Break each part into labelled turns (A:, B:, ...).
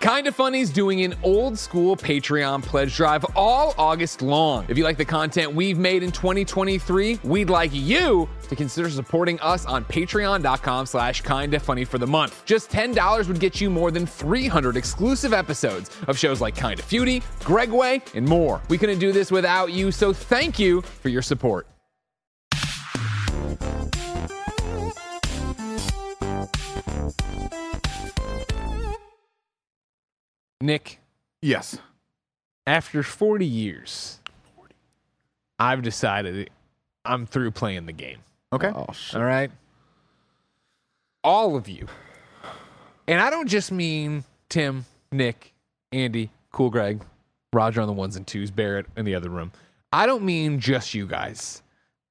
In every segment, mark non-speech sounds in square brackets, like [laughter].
A: Kinda Funny's doing an old school Patreon pledge drive all August long. If you like the content we've made in 2023, we'd like you to consider supporting us on patreon.com slash kinda funny for the month. Just $10 would get you more than 300 exclusive episodes of shows like Kinda Feudy, Gregway, and more. We couldn't do this without you, so thank you for your support. Nick,
B: Yes.
A: after 40 years, I've decided I'm through playing the game.
B: Okay.
C: Oh shit.
A: All right. All of you. And I don't just mean Tim, Nick, Andy, Cool Greg, Roger on the ones and twos, Barrett in the other room. I don't mean just you guys.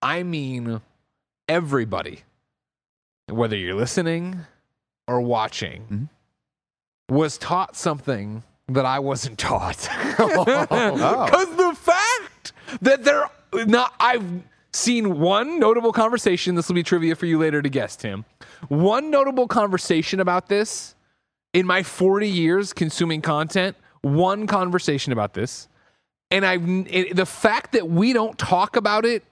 A: I mean everybody. Whether you're listening or watching, was taught something that I wasn't [laughs] taught. Because the fact that they're not, I've seen one notable conversation. This will be trivia for you later to guess, Tim. One notable conversation about this in my 40 years consuming content, one conversation about this. And I, it, the fact that we don't talk about it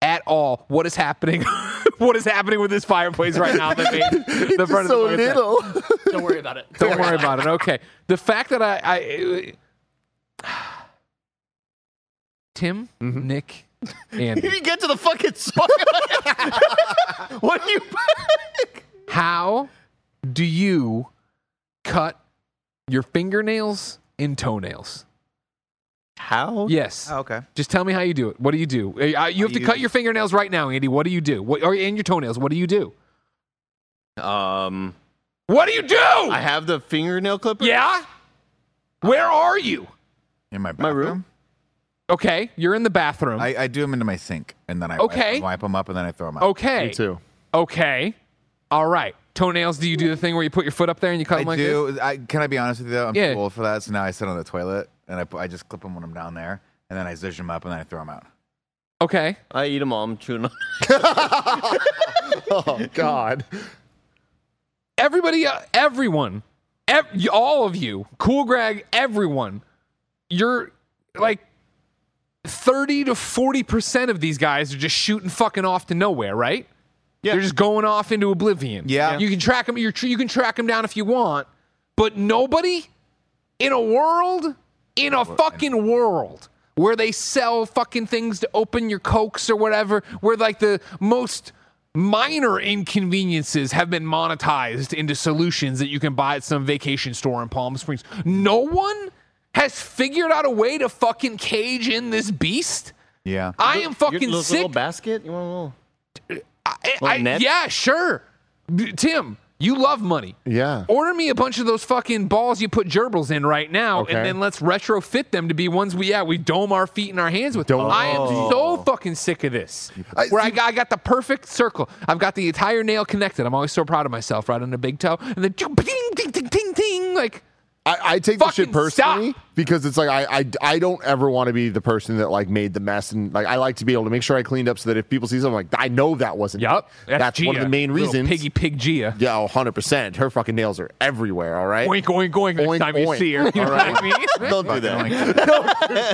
A: at all, what is happening? [laughs] what is happening with this fireplace right now? That made the front
C: so
A: of the fireplace?
C: little.
D: Don't worry about it.
A: Don't worry about it. Okay. The fact that I, I [sighs] Tim,
B: Mm-hmm.
A: Nick,
D: You
A: Andy,
D: [laughs] didn't get to the fucking song. [laughs] what do you? [laughs]
A: how do you cut your fingernails and toenails?
B: How?
A: Yes.
B: Oh, okay.
A: Just tell me how you do it. What do you do? Uh, uh, You have to
B: you-
A: cut your fingernails right now, Andy. What do you do? What, or and your toenails? What do you do?
D: Um,
A: What do you do?
D: I have the fingernail clipper.
A: yeah. Where are you?
B: In my bathroom.
D: room?
A: Okay, you're in the bathroom.
B: I, I do them into my sink and then I
A: Okay. Oh,
B: wipe, wipe them up and then I throw them out.
A: okay.
D: me too.
A: Okay. All right. Toenails, do you do the thing where you put your foot up there and you cut
B: I
A: them like this?
B: do. I, can I be honest with you? though? I'm
A: Yeah.
B: too old for that. So now I sit on the toilet and I, pu- I just clip them when I'm down there and then I zhuzh them up and then I throw them out.
A: Okay.
D: I eat them all. I'm [laughs] chewing on.
C: Oh god.
A: Everybody, uh, everyone, ev- y- all of you, Cool Greg, everyone, you're like 30 to 40% of these guys are just shooting fucking off to nowhere, right?
D: Yeah.
A: They're just going off into oblivion.
B: Yeah.
A: You can track them, you're, tr- you can track them down if you want, but nobody in a world, in a fucking world where they sell fucking things to open your cokes or whatever, where like the most minor inconveniences have been monetized into solutions that you can buy at some vacation store in Palm Springs. No one has figured out a way to fucking cage in this beast.
B: Yeah.
A: I am fucking
D: little,
A: sick.
D: Little basket. You want a little?
A: I-
D: Little
A: Eh, I-
D: net?
A: yeah, sure. D- Tim, you love money.
C: Yeah.
A: Order me a bunch of those fucking balls you put gerbils in right now,
C: Okay.
A: and then let's retrofit them to be ones we yeah we dome our feet and our hands with.
C: Dome
A: I am
D: Oh.
A: so fucking sick of this.
C: I-
A: Where I got, I got the perfect circle. I've got the entire nail connected. I'm always so proud of myself, right on the big toe, and then ding ding ding ding ding like.
C: I, I take the shit
A: Fucking
C: personally
A: stop.
C: because it's like I, I I don't ever want to be the person that like made the mess and like I like to be able to make sure I cleaned up so that if people see something like I know that wasn't me."
A: Yup,
C: That's, one of
A: Gia.
C: the main
A: Little
C: reasons.
A: Piggy Pig Gia.
C: Yeah, 100%. Her fucking nails are everywhere, all right?
A: Oink oink oink. Next
C: Oink,
A: time you
C: oink.
A: see her, you know what I
C: [laughs]
A: mean?
D: Don't do that.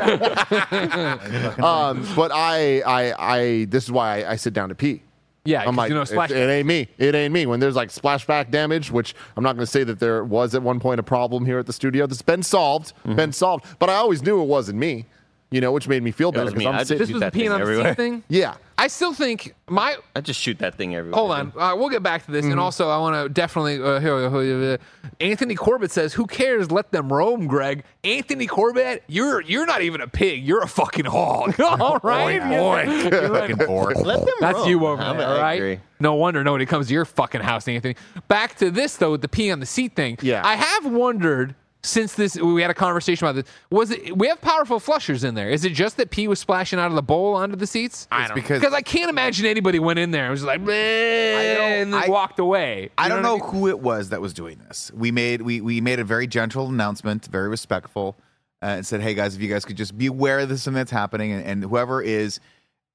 C: Um, but I, I, I, this is why I, I sit down to pee.
A: Yeah,
C: I'm
A: 'cause,
C: like,
A: you know,
C: it,
A: splash-
C: it ain't me. It ain't me. When there's like splashback damage, which I'm not going to say that there was at one point a problem here at the studio that's been solved,
A: Mm-hmm.
C: been solved. But I always knew it wasn't me, you know, which made me feel better
D: was me.
C: I'm
D: I just-
C: sitting.
A: This
D: Shoot
A: was the
D: that
A: peeing
D: thing
A: on the
D: everywhere.
A: seat thing.
C: Yeah,
A: I still think my
D: I just shoot that thing everywhere.
A: Hold on. Uh, we'll get back to this. And also, I want to definitely. Uh, here, here, here. Anthony Corbett says, "Who cares? Let them roam." Greg, Anthony Corbett, you're you're not even a pig. You're a fucking hog. [laughs] All right,
B: Oink.
A: [laughs]
B: [laughs] Fucking orc.
D: Let them
B: Oh,
A: That's
D: roam.
A: you over
D: I'm-
A: there,
D: I
A: all right?
D: agree.
A: No wonder nobody comes to your fucking house, Anthony. Back to this though, with the pee on the seat thing.
C: Yeah.
A: I have wondered since this we had a conversation about this. Was it we have powerful flushers in there? Is it just that pee was splashing out of the bowl onto the seats? I
B: don't- because-
A: I can't imagine anybody went in there and was like, "Bleh," and then
B: I-
A: walked away. You
B: I don't know
A: what
B: who it was that was doing this. We made we we made a very gentle announcement, very respectful, uh, and said, "Hey guys, if you guys could just be aware of this and that's happening, and, and whoever is,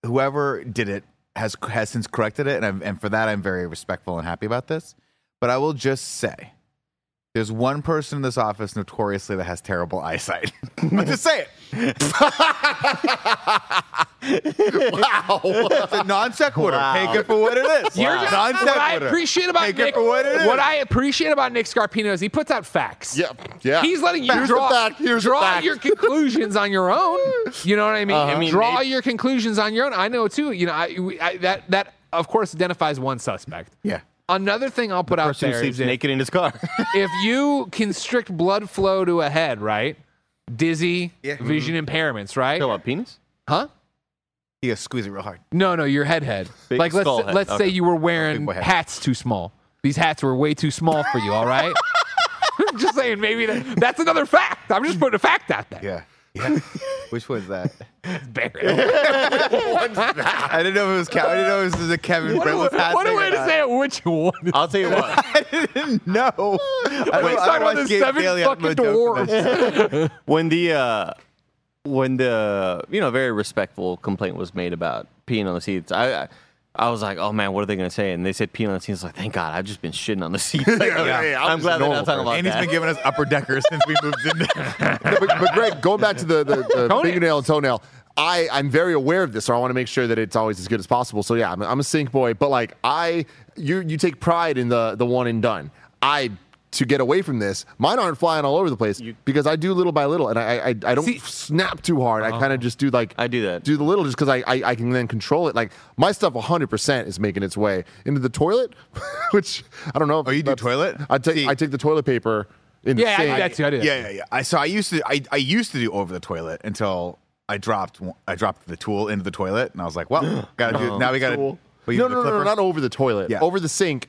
B: whoever did it has has since corrected it, and I'm, and for that I'm very respectful and happy about this. But I will just say There's one person in this office notoriously that has terrible eyesight. [laughs] Let's just say it. wow. It's a non sequitur.
D: Wow.
B: Take it for what it is.
A: You're just-
B: Non
A: what I
B: sequitur.
A: appreciate about
B: Take it
A: Nick,
B: for what it is.
A: I appreciate about Nick Scarpino is he puts out facts.
C: Yeah, yeah.
A: He's letting you
C: Here's the
A: draw,
C: fact, here's the
A: draw
C: fact. Uh-huh.
A: your conclusions on your own. You know what I mean?
D: I mean,
A: draw
D: maybe-
A: your conclusions on your own. I know too. You know, I, we- I, that that of course identifies one suspect.
B: Yeah.
A: Another thing I'll put out
D: Person who
A: there is
D: sleeps
A: if,
D: naked in his [laughs] car.
A: if you constrict blood flow to a head, right? Dizzy,
B: Yeah.
A: vision
D: Mm-hmm.
A: impairments, right?
D: Show up penis.
A: Huh?
B: You gotta squeeze it real hard.
A: No, no, your head head.
D: Big
A: like let's
D: skull head.
A: let's say
D: Okay.
A: you were wearing
B: Big boy head.
A: hats too small. These hats were way too small for you. All right. [laughs] just saying, maybe that, that's another fact. I'm just putting a fact out there.
B: Yeah. Yeah. [laughs] Which one's that? [laughs]
A: Barrett.
B: I didn't know if it was Kevin. I didn't know if this was a Kevin
A: What a,
B: Brentless hat.
A: what a
B: thing
A: way
B: or
A: to
B: not. [laughs]
A: say it. Which one?
D: I'll tell you [laughs] what.
B: No. I don't-
A: Wait, talking
B: I don't
A: about
B: watch
A: the
B: Gabe
A: seven
B: Daily. I have no
A: fucking
B: joke for this.
A: dwarves.
D: when the uh, when the you know very respectful complaint was made about peeing on the seats, I. I I was like, oh man, what are they going to say? And they said peeing on the seats. Like, thank God, I've just been shitting on the seats. Like,
B: [laughs] yeah, yeah,
D: I'm,
C: I'm just
D: glad they're
C: normal
D: not talking about
B: And he's
D: that.
B: been giving us upper deckers since we moved in there.
C: No, but, but Greg, going back to the, the, the fingernail and toenail, I, I'm very aware of this, so I want to make sure that it's always as good as possible. So yeah, I'm, I'm a sink boy, but like I, you you take pride in the the one and done. I to get away from this, mine aren't flying all over the place because I do little by little, and I I, I don't
A: See-
C: snap too hard. I kind of just do like
D: Uh-huh. I do that.
C: do the little just because I, I I can then control it. Like my stuff 100 percent is making its way into the toilet, [laughs] which I don't know. If
B: Oh, you do
C: that's-
B: toilet?
C: I take
B: See-
C: I take the toilet paper. In
A: Yeah, I
C: the
A: do
C: sink.
A: that too. I do that.
B: Yeah, yeah, yeah. I so I used to I, I used to do over the toilet until I dropped one- I dropped the tool into the toilet and I was like,
C: [gasps]
B: well, gotta do now we gotta
C: Tool.
B: we
C: Oh, no,
B: do the
C: no, no, no,
B: clipper.
C: not over the toilet.
B: Yeah.
C: Over the sink,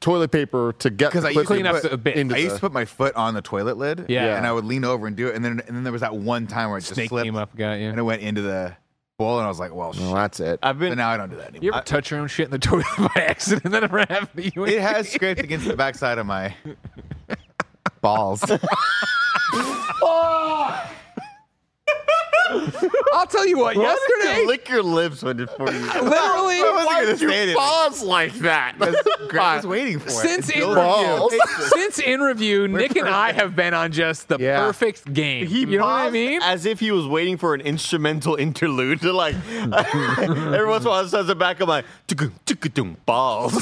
C: toilet paper to get
B: because I
C: the
B: used
C: clipper
A: Clean
B: to
A: up
B: put,
A: the bit.
C: into
B: I used
C: the-
B: to put my foot on the toilet lid,
A: Yeah.
B: and I would lean over and do it, and then and then there was that one time where it just
A: Snake
B: slipped,
A: came up, got you.
B: and it went into the bowl, and I was like, well,
C: Well,
B: shit.
C: that's it.
D: I've
B: but
D: been
B: now I don't do that
A: You
B: anymore.
A: ever touch your own shit in the toilet [laughs] by accident? That never happened to you.
B: it has scraped against the backside of my balls.
A: I'll tell you what. yesterday,
D: [laughs] lick your lips when it's for you.
A: literally,
B: Why would you
C: pause like that?
B: Greg was waiting for
A: since
B: it.
A: in
B: Build-
C: Balls.
A: review, since in review, Nick and I have been on just the
C: Yeah.
A: perfect game.
D: He
A: you know what I
D: paused
A: mean?
D: As if he was waiting for an instrumental interlude [laughs] to like every once in a while it sounds the back of my "Tukum, tukutum, balls.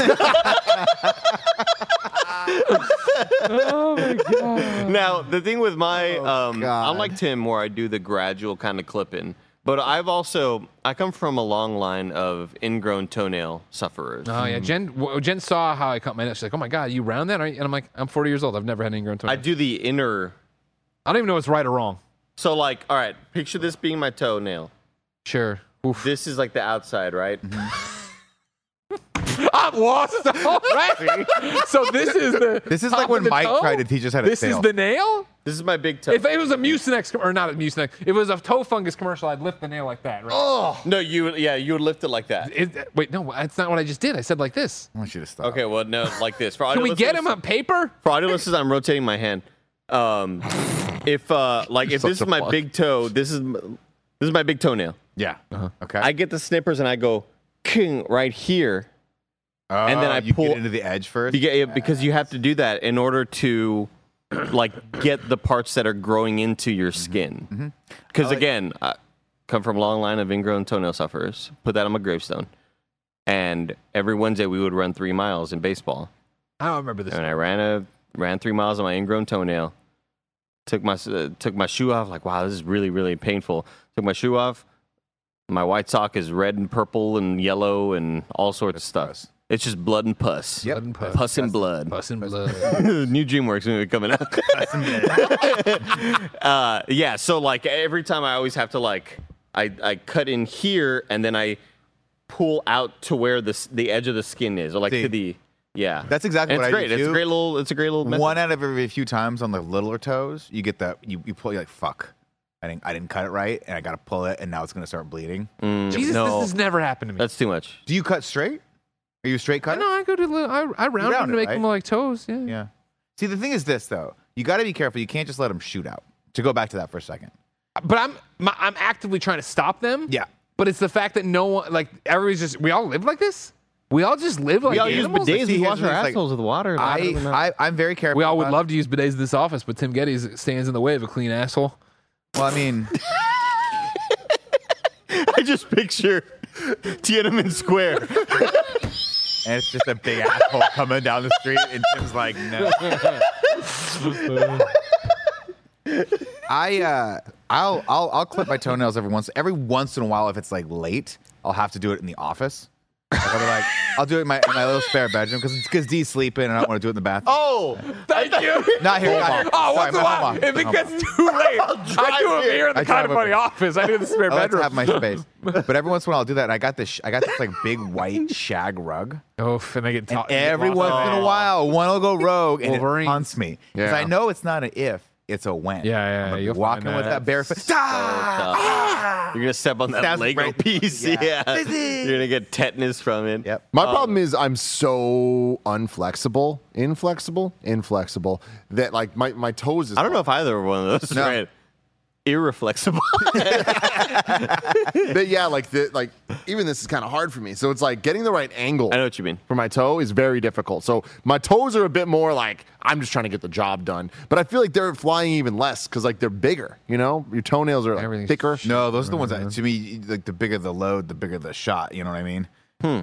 A: Oh my god!
D: now the thing with my um
B: Oh, God.
D: unlike Tim where I do the gradual kind of clipping, but I've also I come from a long line of ingrown toenail sufferers.
B: Uh-huh.
A: Oh yeah, Jen. w- Jen saw how I cut my neck. She's like, "Oh my god, you round that?" aren't you?" And I'm like, "I'm 40 years old. I've never had an ingrown toenail.
D: I
A: I,
D: do the inner
A: don't even know what's right or wrong."
D: so like all right, picture this being my toenail.
A: Sure. Oof.
D: This is like the outside, right?
A: [laughs]
B: Mm-hmm.
A: I'm lost
B: [laughs]
A: already. so this is the.
B: This is like
A: top
B: when
A: of the
B: Mike
A: toe?
B: tried to teach us how to
A: This
B: sail.
A: is the nail.
D: This is my big toe.
A: If it was a Mucinex com- or not a Mucinex, if it was a toe fungus commercial, I'd lift the nail like that. Right? Oh.
D: no, you yeah, you would lift it like that.
A: wait, no, that's not what I just did. I said like this.
B: I want you to stop.
D: Okay, well, no, like this. For
A: Can we get him on paper?
D: For audio listeners, I'm rotating my hand. Um, if uh, like
A: [laughs]
D: if
C: Such
D: this
C: a
D: is my
C: fuck.
D: big toe, this is m- this is my big toenail.
B: Yeah.
A: Uh-huh.
B: Okay.
D: I get the snippers and I go king right here. and then
B: Oh,
D: I
B: you
D: pull-
B: get into the edge first.
D: You get- yeah, because you have to do that in order to like get the parts that are growing into
A: Mm-hmm.
D: your skin. Because again, I come from a long line of ingrown toenail sufferers. Put that on my gravestone. And every Wednesday we would run three miles in baseball.
A: I don't remember this.
D: and I ran a ran three miles on my ingrown toenail. Took my uh, took my shoe off. Like wow, this is really really painful. Took my shoe off. My white sock is red and purple and yellow and all sorts of stuff.
B: gross.
D: It's just blood and pus.
B: Yep.
A: Blood and pus.
D: Pus and blood.
A: Bus and blood.
B: [laughs]
D: New DreamWorks movie coming up. [laughs]
A: [laughs]
D: uh, yeah, so like every time I always have to like I, I cut in here and then I pull out to where the s- the edge of the skin is, or like
B: See,
D: to the yeah.
B: that's exactly
D: And
B: what
D: it's
B: I do,
D: great. It's
B: too.
D: a great little. It's a great little. method.
B: one out of every few times on the littler toes, you get that you, you pull you're like fuck. I didn't I didn't cut it right and I gotta pull it and now it's gonna start bleeding.
A: Jesus,
D: No.
A: this has never happened to me.
D: That's too much.
B: Do you cut straight? Are you a straight cutter?
A: no, I go to the, I, I round, them
B: round
A: to
B: it,
A: make
B: right?
A: them like toes. Yeah.
B: Yeah. See the thing is this though, you gotta be careful. You can't just let them shoot out. To go back to that for a second.
A: But I'm my, I'm actively trying to stop them.
B: Yeah.
A: But it's the fact that no one like everybody's just we all live like this. We all just live like
D: We all use
A: animals.
D: bidets.
B: see
D: We
B: his
D: wash our
B: face like,
D: assholes with water. Why do we
B: [laughs]
D: not-
B: I, I I'm very careful.
A: We all would
B: about-
A: love to use bidets in this office, but Tim Geddes stands in the way of a clean asshole.
B: Well, I mean,
D: I just
B: [laughs]
D: picture Tiananmen [laughs] Square.
B: and it's just a big asshole coming down the street, and Tim's like, no. I uh, I'll I'll I'll clip my toenails every once every once in a while if it's like late. I'll have to do it in the office. Like, I'll be like, I'll do it in my, in my little spare bedroom because because D's sleeping and I don't want to do it in the bathroom.
C: Oh,
A: Thank you.
B: not here. Not here.
A: Oh,
B: Sorry,
A: what's
B: my
A: the
B: home
A: while?
B: office,
A: If
B: my
A: it
B: home
A: gets too
B: [laughs]
A: late, I do it here in
B: I
A: the
B: drive
A: kind of funny
B: over.
A: office. I do it in the spare
B: I like to
A: bedroom. [laughs]
B: have my space, but every once in a while I'll do that. And I got this, I got this like big white shag rug.
A: Oof, Oh, and I get
B: And
A: taught
B: every once in a while, one will go rogue and
A: Wolverine.
B: it haunts me because
C: Yeah.
B: I know it's not an if, it's a when.
A: Yeah, yeah,
B: I'm
A: you'll
B: walking
A: find
B: with
A: that.
B: that barefoot. Ah!
D: You're gonna step on that
B: That's
D: Lego
B: right.
D: piece.
B: Yeah.
D: [laughs] Yeah. You're gonna get tetanus from it.
B: Yep.
C: My problem is I'm so unflexible, inflexible, inflexible that like my, my toes is
D: I don't know if either one of those
B: No.
D: is right. Irreflexible. [laughs]
C: but yeah, like the like even this is kind of hard for me. So it's like getting the right angle.
D: I know what you mean.
C: For my toe is very difficult. So my toes are a bit more like I'm just trying to get the job done. But I feel like they're flying even less because like they're bigger. You know, your toenails are like,
A: Everything's
C: thicker.
B: No, those are the ones that to me like the bigger the load, the bigger the shot. You know what I mean? Hmm.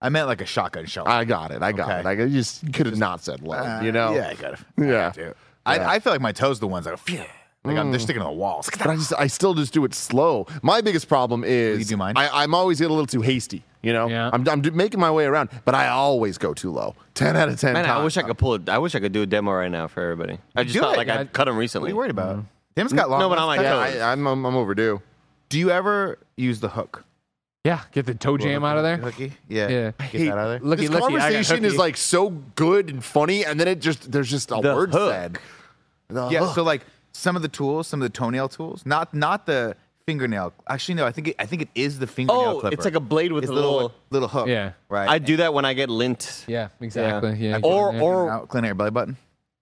B: I meant like a shotgun shell.
C: I got it. I got
B: Okay.
C: it. I just could have not said low.
B: Uh,
C: you know.
B: Yeah, I got it.
C: Yeah.
B: I, I feel like my toes are the ones that go, phew. Like I'm, they're sticking to the walls.
C: But I just I still just do it slow. My biggest problem is
B: you do mine?
C: I, I'm always getting a little too hasty. You know,
A: Yeah.
C: I'm, I'm do- making my way around, but I always go too low. Ten out of ten.
D: Man, I
C: times.
D: wish I could pull it. I wish I could do a demo right now for everybody. I just
B: Do
D: thought
B: it.
D: like I
A: I-
D: cut them
B: What are
D: recently.
B: you worried about? Tim's got long.
D: No, but I'm
B: nails.
D: like,
C: Yeah, I, I'm, I'm I'm overdue.
B: do you ever use the hook?
A: Yeah, get the toe jam out of there.
B: Hooky? Yeah.
A: Yeah.
B: Get that out of there.
A: Looky, looky, I
C: this
A: got
C: conversation is
A: hooky.
C: like so good and funny, and then it just there's just a
D: The
C: word
D: hook.
C: said. The
B: Yeah,
C: hook.
B: so like some of the tools, some of the toenail tools, not not the fingernail. Actually, no, I think it, I think it is the fingernail
D: Oh,
B: clipper.
D: it's like a blade with
B: It's
D: a
B: little
D: little-
B: little hook.
A: Yeah.
B: right.
D: I do that when I get lint.
A: Yeah, exactly. Yeah.
D: Or
A: yeah.
D: or
B: Out, clean out your belly button.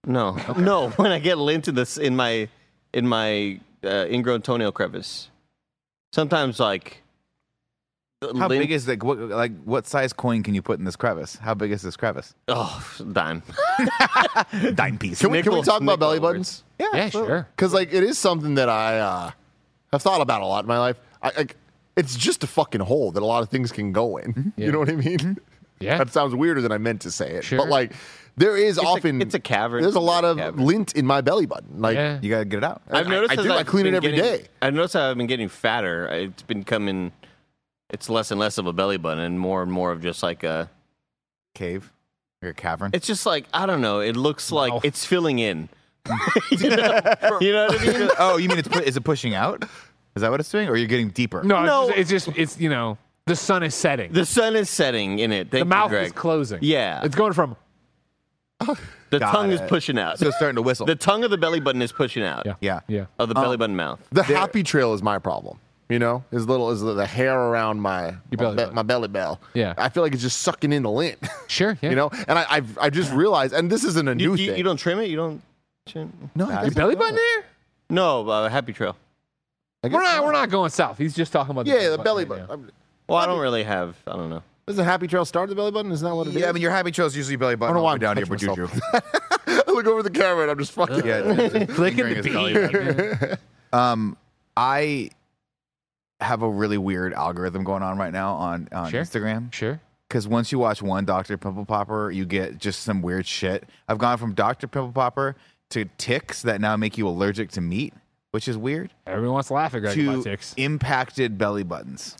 D: No, no. [laughs] When I get lint in this in my in my uh, ingrown toenail crevice, sometimes like the
B: How
D: lint-
B: big is like what like what size coin can you put in this crevice? How big is this crevice?
D: oh dime.
B: Dime piece.
C: can we can we
D: nickel-
C: talk about belly
D: nickel
C: buttons? Yeah,
A: Yeah, sure.
C: because like it is something that I uh, have thought about a lot in my life. I, I it's just a fucking hole that a lot of things can go in. You know what I mean?
A: Mm-hmm. Yeah.
C: that sounds weirder than I meant to say it.
A: Sure.
C: But like, there is often
D: it's a cavern.
C: There's a lot of
D: Cavern.
C: lint in my belly button. Like,
A: Yeah.
B: You gotta get it out.
D: I've
C: I-
D: noticed.
C: I
D: as
C: do. I
D: I've
C: clean it
D: been
C: every
D: getting-
C: day.
D: I've noticed how I've been getting fatter. It's been coming. It's less and less of a belly button, and more and more of just like a.
B: Cave. Or a cavern.
D: It's just like I don't know. It looks like
A: Mouth.
D: it's filling
C: [laughs]
D: in. [laughs] you, know, you know what I mean?
B: oh, you mean it's pu- is it pushing out? Is that what it's doing? Or you're getting deeper?
A: No, it's
D: No.
A: just- It's, just, it's you know the sun is setting. The,
D: The sun is setting in it. Thank you,
A: mouth
D: Greg.
A: is closing.
D: Yeah.
A: it's going from
D: The
B: Got
D: tongue is
B: it.
D: pushing out.
B: So it's starting to whistle.
D: The tongue of the belly button is pushing out
A: yeah
B: Yeah.
A: yeah.
D: of the belly button mouth.
C: the happy trail is my problem. You know, is little is the, the hair around my my,
A: belly
C: be-
A: button.
C: my belly bell.
A: Yeah.
C: I feel like it's just sucking in the lint. [laughs]
A: Sure, yeah.
C: You know, and I I've, I just realized, and this isn't a
D: You,
C: new
D: you,
C: thing.
D: you don't trim it. You don't. Trim?
C: no, I
A: Your
C: guess-
A: belly button there?
D: No, uh, Happy Trail.
C: I guess
A: We're not
C: not.
A: we're not going south. He's just talking about
C: Yeah, the belly
A: right
C: button.
A: now.
C: I'm-
D: Well, I don't really have. I don't know.
C: Does the happy trail start at the belly button? Isn't that what it is?
B: Yeah, I mean your happy trail's usually belly button.
C: I don't know why
B: all the way
C: I'm
B: down
C: touching
B: here, but
C: [laughs] I look over the camera and I'm just
B: [laughs]
C: fucking.
B: Yeah.
A: Flicking the
B: Fingering his belly
A: beat.
B: Um, I have a really weird algorithm going on right now on, on
A: Sure.
B: Instagram
A: [laughs] Sure.
B: because once you watch one Doctor Pimple Popper, you get just some weird shit. I've gone from Doctor Pimple Popper to ticks that now make you allergic to meat, which is weird.
A: Everyone wants to laugh at Greg
B: to
A: about ticks.
B: impacted belly buttons.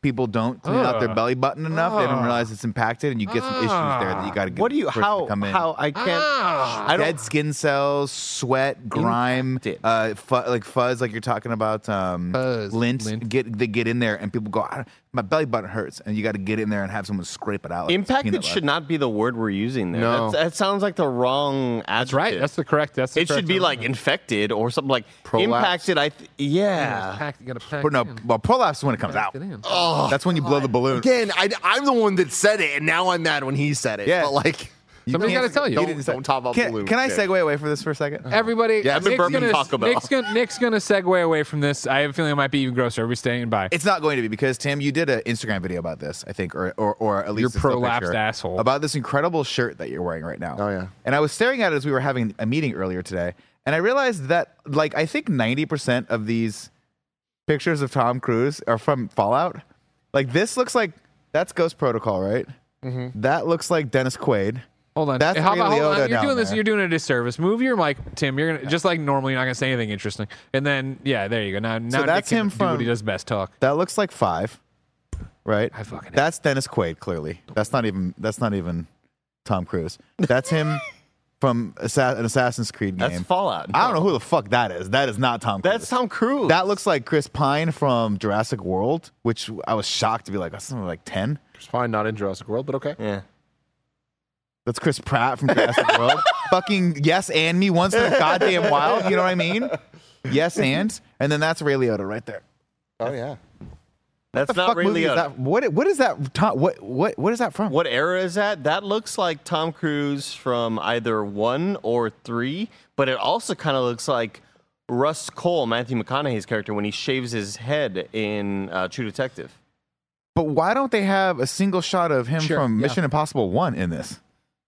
B: People don't clean out their
A: Ugh.
B: belly button enough. They don't realize it's impacted, and you get some issues there that you got to.
D: What do you? How?
B: come in.
D: How I can't.
A: Ah.
D: I
B: dead
D: don't.
B: skin cells, sweat, grime,
D: Impacted.
B: uh, fu- like fuzz, like you're talking about, um,
A: Fuzz,
B: lint,
A: lint.
B: Get they get in there, and people go, "I don't- my belly button hurts, and you got to get in there and have someone scrape it out. Like
D: Impacted should not be the word we're using there.
C: No.
D: That's, that sounds like the wrong adjective.
A: That's right. That's the correct. That's the
D: it should
A: correct
D: be
A: term.
D: like infected or something like
C: Prolapse.
D: impacted. I th-
A: Yeah,
D: yeah.
A: pack- you gotta pack
B: But no,
A: it in.
B: well, prolapse is when it comes
A: Pack
B: out.
A: it in. Oh
B: That's when you blow the balloon.
C: Again, I, I'm the one that said it, and now I'm mad when he said it.
B: Yeah.
C: But like,
A: Somebody's got to
B: can't-
A: tell you. Uh-huh.
B: He didn't
C: Don't,
B: say-
C: don't top up
B: Can,
C: blue.
B: can I
C: Yeah.
B: segue away for this for a second?
A: Everybody,
C: Yeah, I've been
A: Nick's,
C: burping
A: gonna,
C: Taco Bell.
A: Nick's gonna Nick's gonna segue away from this. I have a feeling it might be even grosser. Everybody's staying by.
B: It's not going to be because Tim, you did an Instagram video about this, I think, or or, or at least
A: Your
B: a still
A: prolapsed
B: picture,
A: asshole.
B: about this incredible shirt that you're wearing right now.
C: Oh, yeah.
B: And I was staring at it as we were having a meeting earlier today, and I realized that like I think ninety percent of these pictures of Tom Cruise are from Fallout. Like this looks like that's Ghost Protocol, right?
C: Mm-hmm.
B: That looks like Dennis Quaid.
A: Hold on.
B: That's
A: How about-
B: Ray
A: hold on.
B: Liotta
A: You're
B: down
A: doing this.
B: there.
A: You're doing a disservice. Move your mic, Tim. You're gonna just like normally. You're not gonna say anything interesting. And then yeah, there you go. Now now
B: that's
A: Nick can
B: him
A: do what
B: from-
A: he does best. Talk.
B: That looks like five, right? I
A: fucking hate-
B: That's Dennis Quaid. Clearly, that's not even that's not even Tom Cruise. That's him from Assa- an Assassin's Creed game.
D: That's Fallout.
B: I don't know who the fuck that is. That is not Tom. Cruise.
D: That's Tom Cruise.
B: That looks like Chris Pine from Jurassic World, which I was shocked to be like that's something like ten.
C: It's fine, not in Jurassic World, but okay.
D: yeah.
B: That's Chris Pratt from Jurassic World. Fucking yes and me once in a goddamn while. You know what I mean? Yes and and then that's Ray Liotta right there.
C: Oh yeah.
D: That's
B: What the
D: not
B: fuck
D: really
B: movie is that? What what is that? Tom, what what what is that from?
D: What era is that? That looks like Tom Cruise from either one or three, but it also kind of looks like Russ Cole, Matthew McConaughey's character, when he shaves his head in uh, True Detective.
B: But why don't they have a single shot of him
A: Sure,
B: from
A: yeah.
B: Mission Impossible One in this?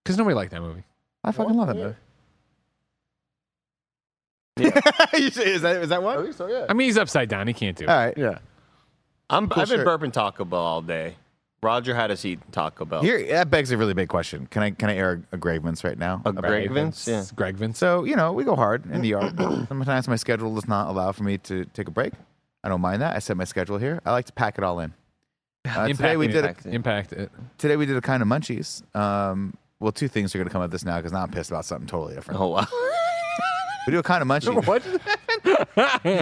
A: Because nobody liked that movie.
B: I fucking love that movie. You say- is that is that
C: I
B: one?
C: think so. Oh, Yeah.
A: I mean, he's upside down. He can't do it.
B: All right.
C: yeah.
D: I'm, I've been
B: shirt.
D: burping Taco Bell all day. Roger had us eating Taco Bell.
B: Here, that begs a really big question. Can I can I air a Gravemans right now?
D: A Greg Vince? Yeah.
A: It's Greg Vince.
B: So you know we go hard in the yard. Sometimes my schedule does not allow for me to take a break. I don't mind that. I set my schedule here. I like to pack it
A: [laughs]
B: all in. Uh, today we
A: Impacting
B: did a,
D: Impact.
A: Impact it.
B: today we did a kind of munchies. Um, well, two things are going to come out of this now because now I'm pissed about something totally different.
D: Oh, wow.
B: We do
A: [laughs]
B: a kind of munchies.
A: What?
D: [laughs] He's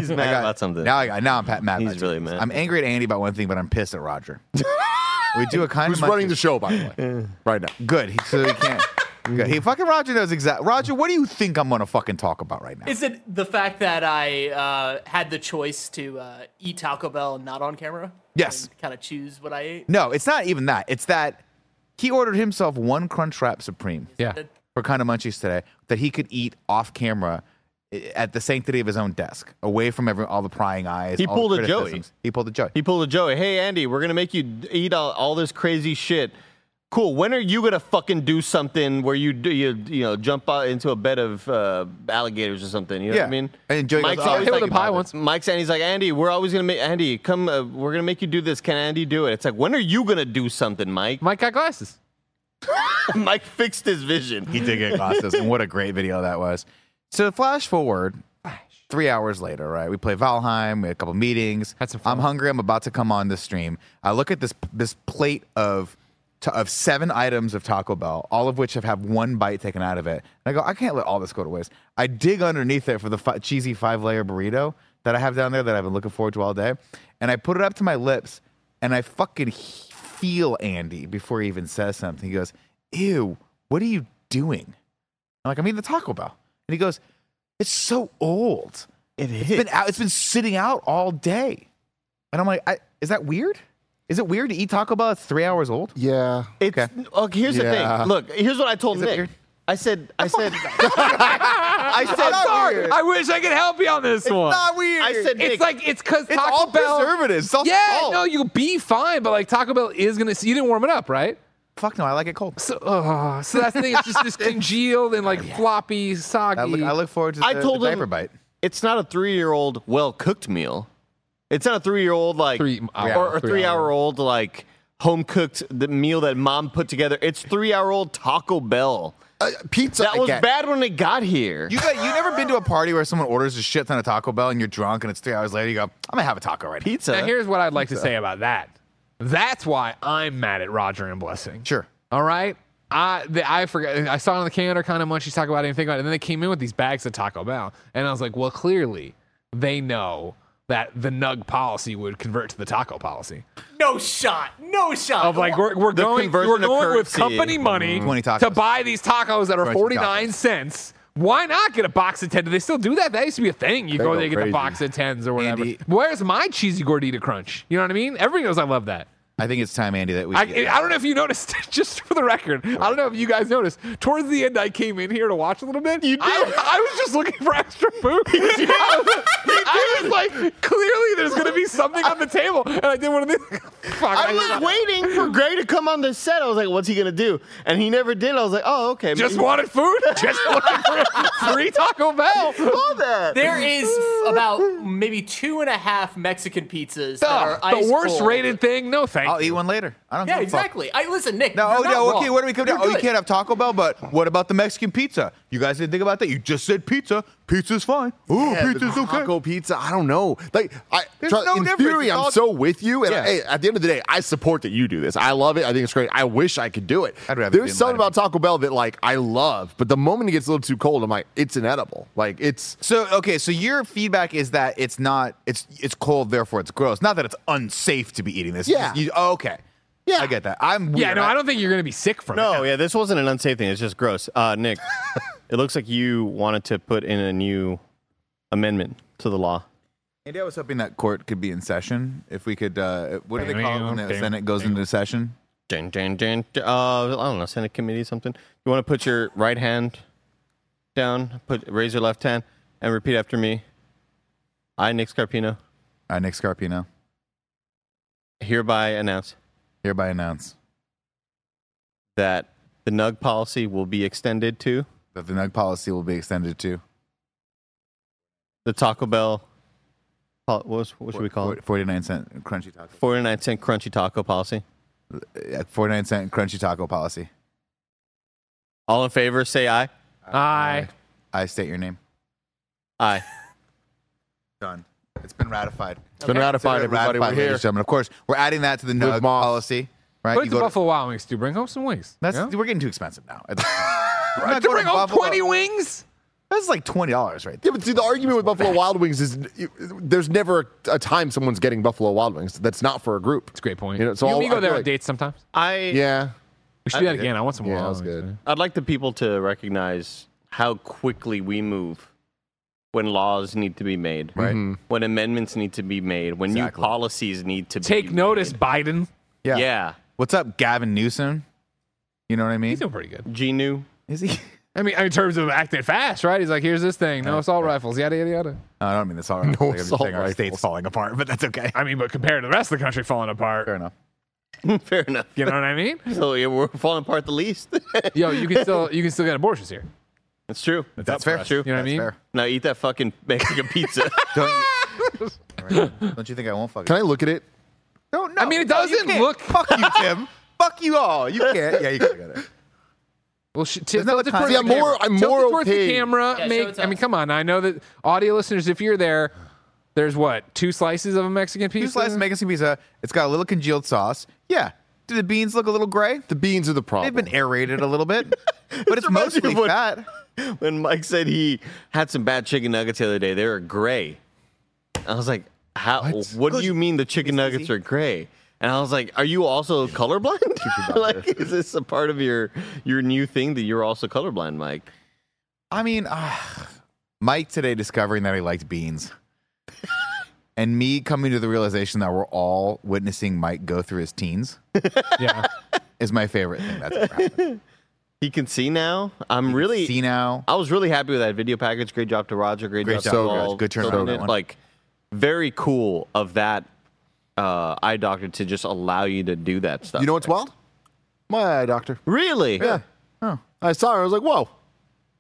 D: mad
B: I got-
D: about something.
B: Now I got, now I'm pat, mad.
D: He's
B: about two
D: really
B: things.
D: mad.
B: I'm angry at Andy about one thing, but I'm pissed
D: [laughs]
B: at Roger. we do a kind
C: Who's
B: of
C: running
B: munchies. [laughs]
C: the show, by the way? right now.
B: Good. He, so
D: [laughs]
B: he can't. Good. He fucking Roger knows exactly. Roger, what do you think I'm going to fucking talk about right now?
E: [laughs] Is it the fact that I uh, had the choice to uh, eat Taco Bell not on camera?
B: Yes.
E: Kind of choose what I ate.
B: no, it's not even that. It's that he ordered himself one crunch wrap supreme.
A: Yeah.
B: for kind of munchies today that he could eat off camera i- at the sanctity of his own desk, away from every, all the prying eyes.
D: He
B: all the
D: pulled a Joey.
B: criticisms. He pulled
D: [laughs]
B: a Joey.
D: He pulled a Joey. Hey, Andy, we're going to make you d- eat all, all this crazy shit. Cool. When are you going to fucking do something where you do you you know jump out into a bed of uh, alligators or something? You know what
B: Yeah.
D: I mean?
B: And Joey goes,
D: Mike's
B: "Oh,
D: always
A: hit with
D: like-
A: a pie once."
D: Mike's and he's like, Andy, we're always going to make Andy come. Uh, we're going to make you do this. Can Andy do it? It's like, when are you going to do something, Mike?
A: Mike got glasses.
D: [laughs] Mike fixed his vision.
B: he did get glasses, and what a great video that was. So flash forward three hours later, right? We play Valheim. We had a couple meetings.
A: Had some fun.
B: I'm hungry. I'm about to come on this stream. I look at this this plate of ta- of seven items of Taco Bell, all of which have had one bite taken out of it, and I go, I can't let all this go to waste. I dig underneath it for the fi- cheesy five layer burrito that I have down there that I've been looking forward to all day, and I put it up to my lips, and I fucking he- feel Andy before he even says something. He goes, "Ew, what are you doing?" I'm like, I'm eating the Taco Bell. And he goes, It's so old. It is. It's been out, it's been sitting out all day. And I'm like, I, Is that weird? Is it weird to eat Taco Bell? It's three hours old.
C: Yeah.
D: It's
B: Okay.
D: okay. Here's the
C: Yeah.
D: thing. Look, here's what I told
B: it
D: Nick.
B: weird?
D: I said, I said, [laughs]
B: I said,
A: Sorry, I wish I could help you on this one.
B: not weird.
D: I
A: It's
D: said, Nick,
A: like it's because
B: It's
A: Taco
B: all
A: Bell. [laughs]
B: preservatives. It's all
A: yeah,
B: salt.
A: no, you'll be fine, but like Taco Bell is gonna. You didn't warm it up, right?
B: Fuck no, I like it cold.
A: So, uh, so that's the thing. It's [laughs] just this congealed and like floppy, soggy.
B: I look, I look forward to the,
D: I told
B: the
D: him-
B: diaper bite.
D: it's not a three year old well cooked meal. It's not a three year old like
A: Three hour-
D: or, or
A: three
D: three
A: hour.
D: hour old like home cooked the meal that mom put together. It's three hour old Taco Bell.
B: Uh, pizza.
D: That was
B: again.
D: bad when it got here.
B: You got, you never been to a party where someone orders a shit ton of Taco Bell and you're drunk and it's three hours later. You go, I'm gonna have a taco right now.
D: Pizza.
A: Now, here's what I'd like to say about that. That's why I'm mad at Roger and Blessing.
B: Sure.
A: All right. I the, I forgot. I saw it on the calendar kind of munchies talk about it and think about it. And then they came in with these bags of Taco Bell, and I was like, well, clearly they know that the nug policy would convert to the taco policy
E: No shot. No shot.
A: of like we're, we're
D: The
A: going
D: conversion
A: we're
D: of
A: going with
D: currency.
A: company money
B: 20 tacos.
A: to buy these tacos that are
B: Crunchy
A: 49 cents why not get a box of 10 do they still do that that used to be a thing you go
C: go
A: there you get the
C: crazy.
A: box of 10s or whatever
B: Andy-
A: where's my cheesy gordita crunch you know what i mean everybody knows i love that
B: I think it's time, Andy, that we.
A: I,
B: get-
A: I don't know if you noticed, [laughs] just for the record, I don't know if you guys noticed. Towards the end, I came in here to watch a little bit. You did. I, I was just looking for extra food. [laughs] I, was, I was like, clearly there's going to be something on the table, and I did one of these. [laughs] Fuck, I
F: I was waiting for Gray to come on the set. I was like, "What's he gonna do?" And he never did. I was like, "Oh, okay."
A: just
F: maybe-
A: wanted
E: [laughs]
A: food. Just looking for free Taco Bell.
F: All that.
E: There
B: [laughs]
E: is about maybe two and a half Mexican pizzas that are
A: Ugh,
E: ice
A: the worst
E: cold.
A: rated thing. No thank
B: I'll
A: you.
B: eat one later. I don't.
E: Yeah,
B: give a fuck.
E: exactly. I listen, Nick.
B: No, oh,
E: you're not
B: no,
E: wrong.
B: okay. What do we come down?
E: You're
B: Oh, you [laughs]
E: good.
B: can't have Taco Bell, but what about the Mexican pizza? You guys didn't think about that. You just said pizza. Pizza's fine. Ooh,
C: Yeah, the
B: pizza's okay.
C: Taco pizza. I don't know. Like, I
B: There's
C: try-
B: no
C: in
B: difference.
C: theory,
B: It's
C: I'm
B: all-
C: so with you. And
B: Yeah.
C: hey, at the end of the day, I support that you do this. I love it. I think it's great. I wish I could do it.
B: I'd rather be
C: There's
B: in
C: something
B: line.
C: about Taco Bell that like I love, but the moment it gets a little too cold, I'm like, it's inedible. Like, it's
B: So okay, so your feedback is that it's not it's it's cold, therefore it's gross. Not that it's unsafe to be eating this.
C: Yeah.
B: You- oh, okay.
C: Yeah.
B: I get that. I'm weird.
A: Yeah, no, I don't think you're going to be sick from it.
D: [laughs] No, yeah, this wasn't an unsafe thing. It's just gross. Uh, Nick, it looks like you wanted to put in a new amendment to the law.
B: Andy, I was hoping that court could be in session. If we could, uh, what do they call it when the
A: Bam,
B: Senate goes into session?
D: Dun, dun, dun, dun. Uh, I don't know, Senate committee something. You want to put your right hand down, put raise your left hand, and repeat after me. I, Nick Scarpino,
B: Uh, Nick Scarpino
D: hereby announce
B: hereby announce
D: that the NUG policy will be extended to
B: that the nug policy will be extended to
D: the Taco Bell. pol- What, was, what should we call it?
B: forty nine cent crunchy taco.
D: 49 cent crunchy taco policy.
B: Yeah, forty nine cent crunchy taco policy.
D: All in favor, say aye.
A: I
B: I state your name.
D: [laughs] Aye.
B: Done. It's been ratified.
C: it's been ratified.
B: It's been ratified,
C: Everybody, we're
B: ladies
C: here.
B: and gentlemen. Of course, we're adding that to the nug
C: Moss.
B: policy. Right?
A: went
B: You
A: to
B: go to-
A: Buffalo Wild Wings, dude. Bring home some wings.
B: That's
A: yeah?
B: we're getting too expensive now.
A: [laughs]
B: At this point. We're
A: to
B: not going
A: bring home
B: Buffalo.
A: twenty wings.
B: That's like twenty dollars right there.
C: Yeah, but see, the argument with Buffalo Wild Wings is you- there's never a time someone's getting Buffalo Wild Wings that's not for a group.
A: It's a great point.
C: You know, so
A: you,
C: I'll-
A: you go
C: I
A: there
C: feel
A: on
C: like-
A: dates sometimes.
D: I
C: Yeah,
A: We should do that again. I want some more.
C: yeah, that was
B: Oh,
A: Wild Wings,
C: good. [laughs]
A: man.
D: I'd like the people to recognize how quickly we move when laws need to be made, right?
B: Mm-hmm.
D: When amendments need to be made, when
B: Exactly.
D: new policies need to be
A: Take notice,
D: made.
A: Biden.
B: Yeah.
D: Yeah.
B: What's up, Gavin Newsom? You know what I mean?
A: He's doing pretty good.
D: Genu. [laughs]
A: [laughs]
B: Is he?
A: I mean, in terms of acting fast, right? He's like, here's this thing. No assault rifles. Yada yada yada.
B: No, I don't mean this all right.
C: No
B: I'm just
C: assault
B: saying our
C: rifles.
B: state's falling apart, but that's okay.
A: I mean, but compared to the rest of the country falling apart,
B: Fair enough.
D: Fair enough.
A: you know what I mean?
D: [laughs] So yeah, we're falling apart the least. [laughs]
A: Yo, you can still you can still get abortions here.
D: That's true.
B: That's fair.
D: True.
A: You know what I
B: That's
A: mean?
B: fair.
D: Now eat that fucking Mexican
B: [laughs]
D: pizza.
B: Don't you?
A: [laughs]
B: Alright. Don't you think I won't fuck?
C: can I look at it?
B: No, no.
A: I mean, it
B: No, you
A: doesn't
B: can't.
A: look-
B: Fuck you, Tim. fuck you
A: [laughs]
B: all. You can't. Yeah, you can look at it.
A: Well, sh- t-
B: There's no
A: tilt it
B: time.
A: towards the
B: See, I'm
A: camera.
C: more- I'm
A: Tilt
C: more
A: it towards
C: okay.
A: the camera.
E: Yeah, show
A: make,
E: it's
A: I mean,
E: up.
A: come on. I know that audio listeners, if you're there, there's what two slices of a Mexican pizza.
B: Two slices of Mexican pizza. It's got a little congealed sauce. Yeah. Do the beans look a little gray?
C: The beans are the problem.
B: They've been aerated a little bit, but it's
D: reminds me
B: mostly
D: of what-
B: fat.
D: when Mike said he had some bad chicken nuggets the other day, they were gray. I was like, "How? What, do you mean the chicken nuggets are gray?" And I was like, "Are you also [laughs] colorblind? like, is this a part of your your new thing that you're also colorblind, Mike?"
B: I mean, ah, Mike today discovering that he liked beans. and me coming to the realization that we're all witnessing Mike go through his teens
A: Yeah.
B: is my favorite thing that's ever happened.
D: He can see now. I'm really.
B: See now?
D: I was really happy with that video package. Great job to Roger. Great,
B: Great
D: job,
B: job,
D: to
B: guys.
D: all
B: Good turnout
D: filming
B: on that
D: it.
B: one.
D: Like, very cool of that uh, eye doctor to just allow you to do that stuff.
C: You know what's wild? My eye doctor.
D: Really?
C: Yeah.
B: Oh,
C: I saw her. I was like, whoa,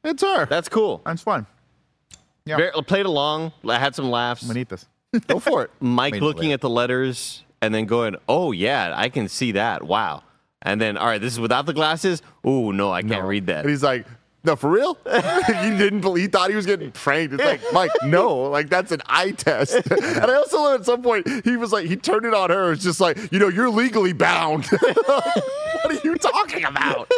C: it's her.
D: That's cool.
B: that's fun. Yeah.
D: Very, played along. I had some laughs.
B: I'm going to eat this.
C: Go for it.
D: [laughs] Mike
B: Wait,
D: looking
B: wait.
D: at the letters and then going, "Oh yeah, I can see that. Wow." And then, all right, this is without the glasses. Oh no, I can't read that.
C: And he's like, no, for real? [laughs] he didn't believe, he thought he was getting pranked. It's like, Mike, no, like that's an eye test. [laughs] and I also learned at some point, he was like, he turned it on her. It's just like, you know, you're legally bound. [laughs] what are you talking about?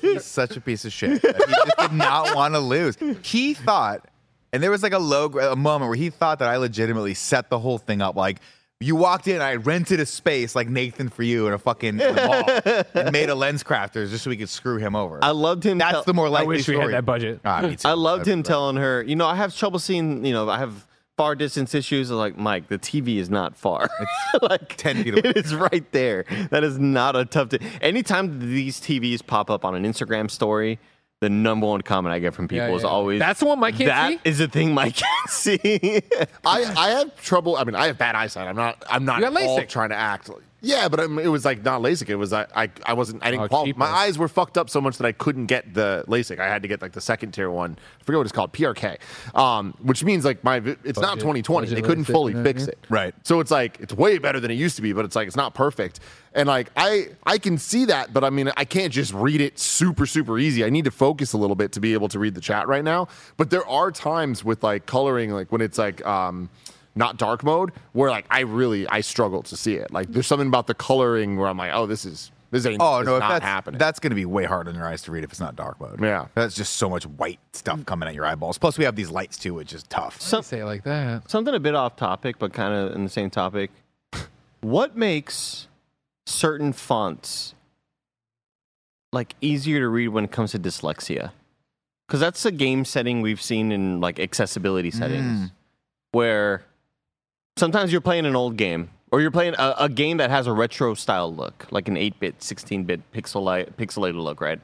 B: He's such a piece of shit. that He just did not want to lose. He thought, and there was like a low gr- a moment where he thought that I legitimately set the whole thing up. Like you walked in, I rented a space like Nathan for you in a fucking in a mall, and made a lens crafter just so we could screw him over.
D: I loved him.
B: That's
D: tell-
B: the more
A: I
B: likely
A: wish we
B: story.
A: had that budget.
B: Ah, me too.
D: I loved him telling her, you know, I have trouble seeing. You know, I have far distance issues. I was like, Mike, the TV is not far. [laughs] like
B: 10 feet away.
D: It is right there. That is not a tough. T- Anytime these TVs pop up on an Instagram story, the number one comment I get from people
A: Yeah,
D: is
A: yeah, yeah.
D: always,
A: That's the one Mike can't
D: That
A: see?"
D: is a thing Mike [laughs] can't see.
C: I, I have trouble. I mean, I have bad eyesight. I'm not. I'm not
A: You got
C: at all
A: LASIK.
C: trying to act. like- Yeah, but I'm, it was like not LASIK. It was I. I, I wasn't. I didn't
A: Oh,
C: qualify.
A: cheapo.
C: My eyes were fucked up so much that I couldn't get the LASIK. I had to get like the second tier one. I forget what it's called. PRK, um, which means like my. vi- It's not
A: Budget-
C: 2020. They
A: budget
C: couldn't
A: LASIK,
C: fully
A: yeah,
C: fix
A: yeah.
C: it.
B: Right.
C: So it's like it's way better than it used to be, but it's like it's not perfect. And like I I can see that, but I mean I can't just read it super super easy. I need to focus a little bit to be able to read the chat right now. But there are times with like coloring like when it's like um not dark mode where like I really I struggle to see it. Like there's something about the coloring where I'm like, "Oh, this is this ain't
B: Oh
C: this
B: no,
C: is
B: if
C: not
B: that's
C: happening."
B: that's going to be way harder on your eyes to read if it's not dark mode.
C: Yeah.
B: that's just so much white stuff coming at your eyeballs. Plus, we have these lights too, which is tough.
D: Some-
A: Say it like that.
D: something a bit off topic, but kind of in the same topic. What makes certain fonts like easier to read when it comes to dyslexia? Because that's a game setting we've seen in like accessibility settings, where sometimes you're playing an old game or you're playing a, a game that has a retro style look, like an 8-bit, 16-bit pixeli- pixelated look, right?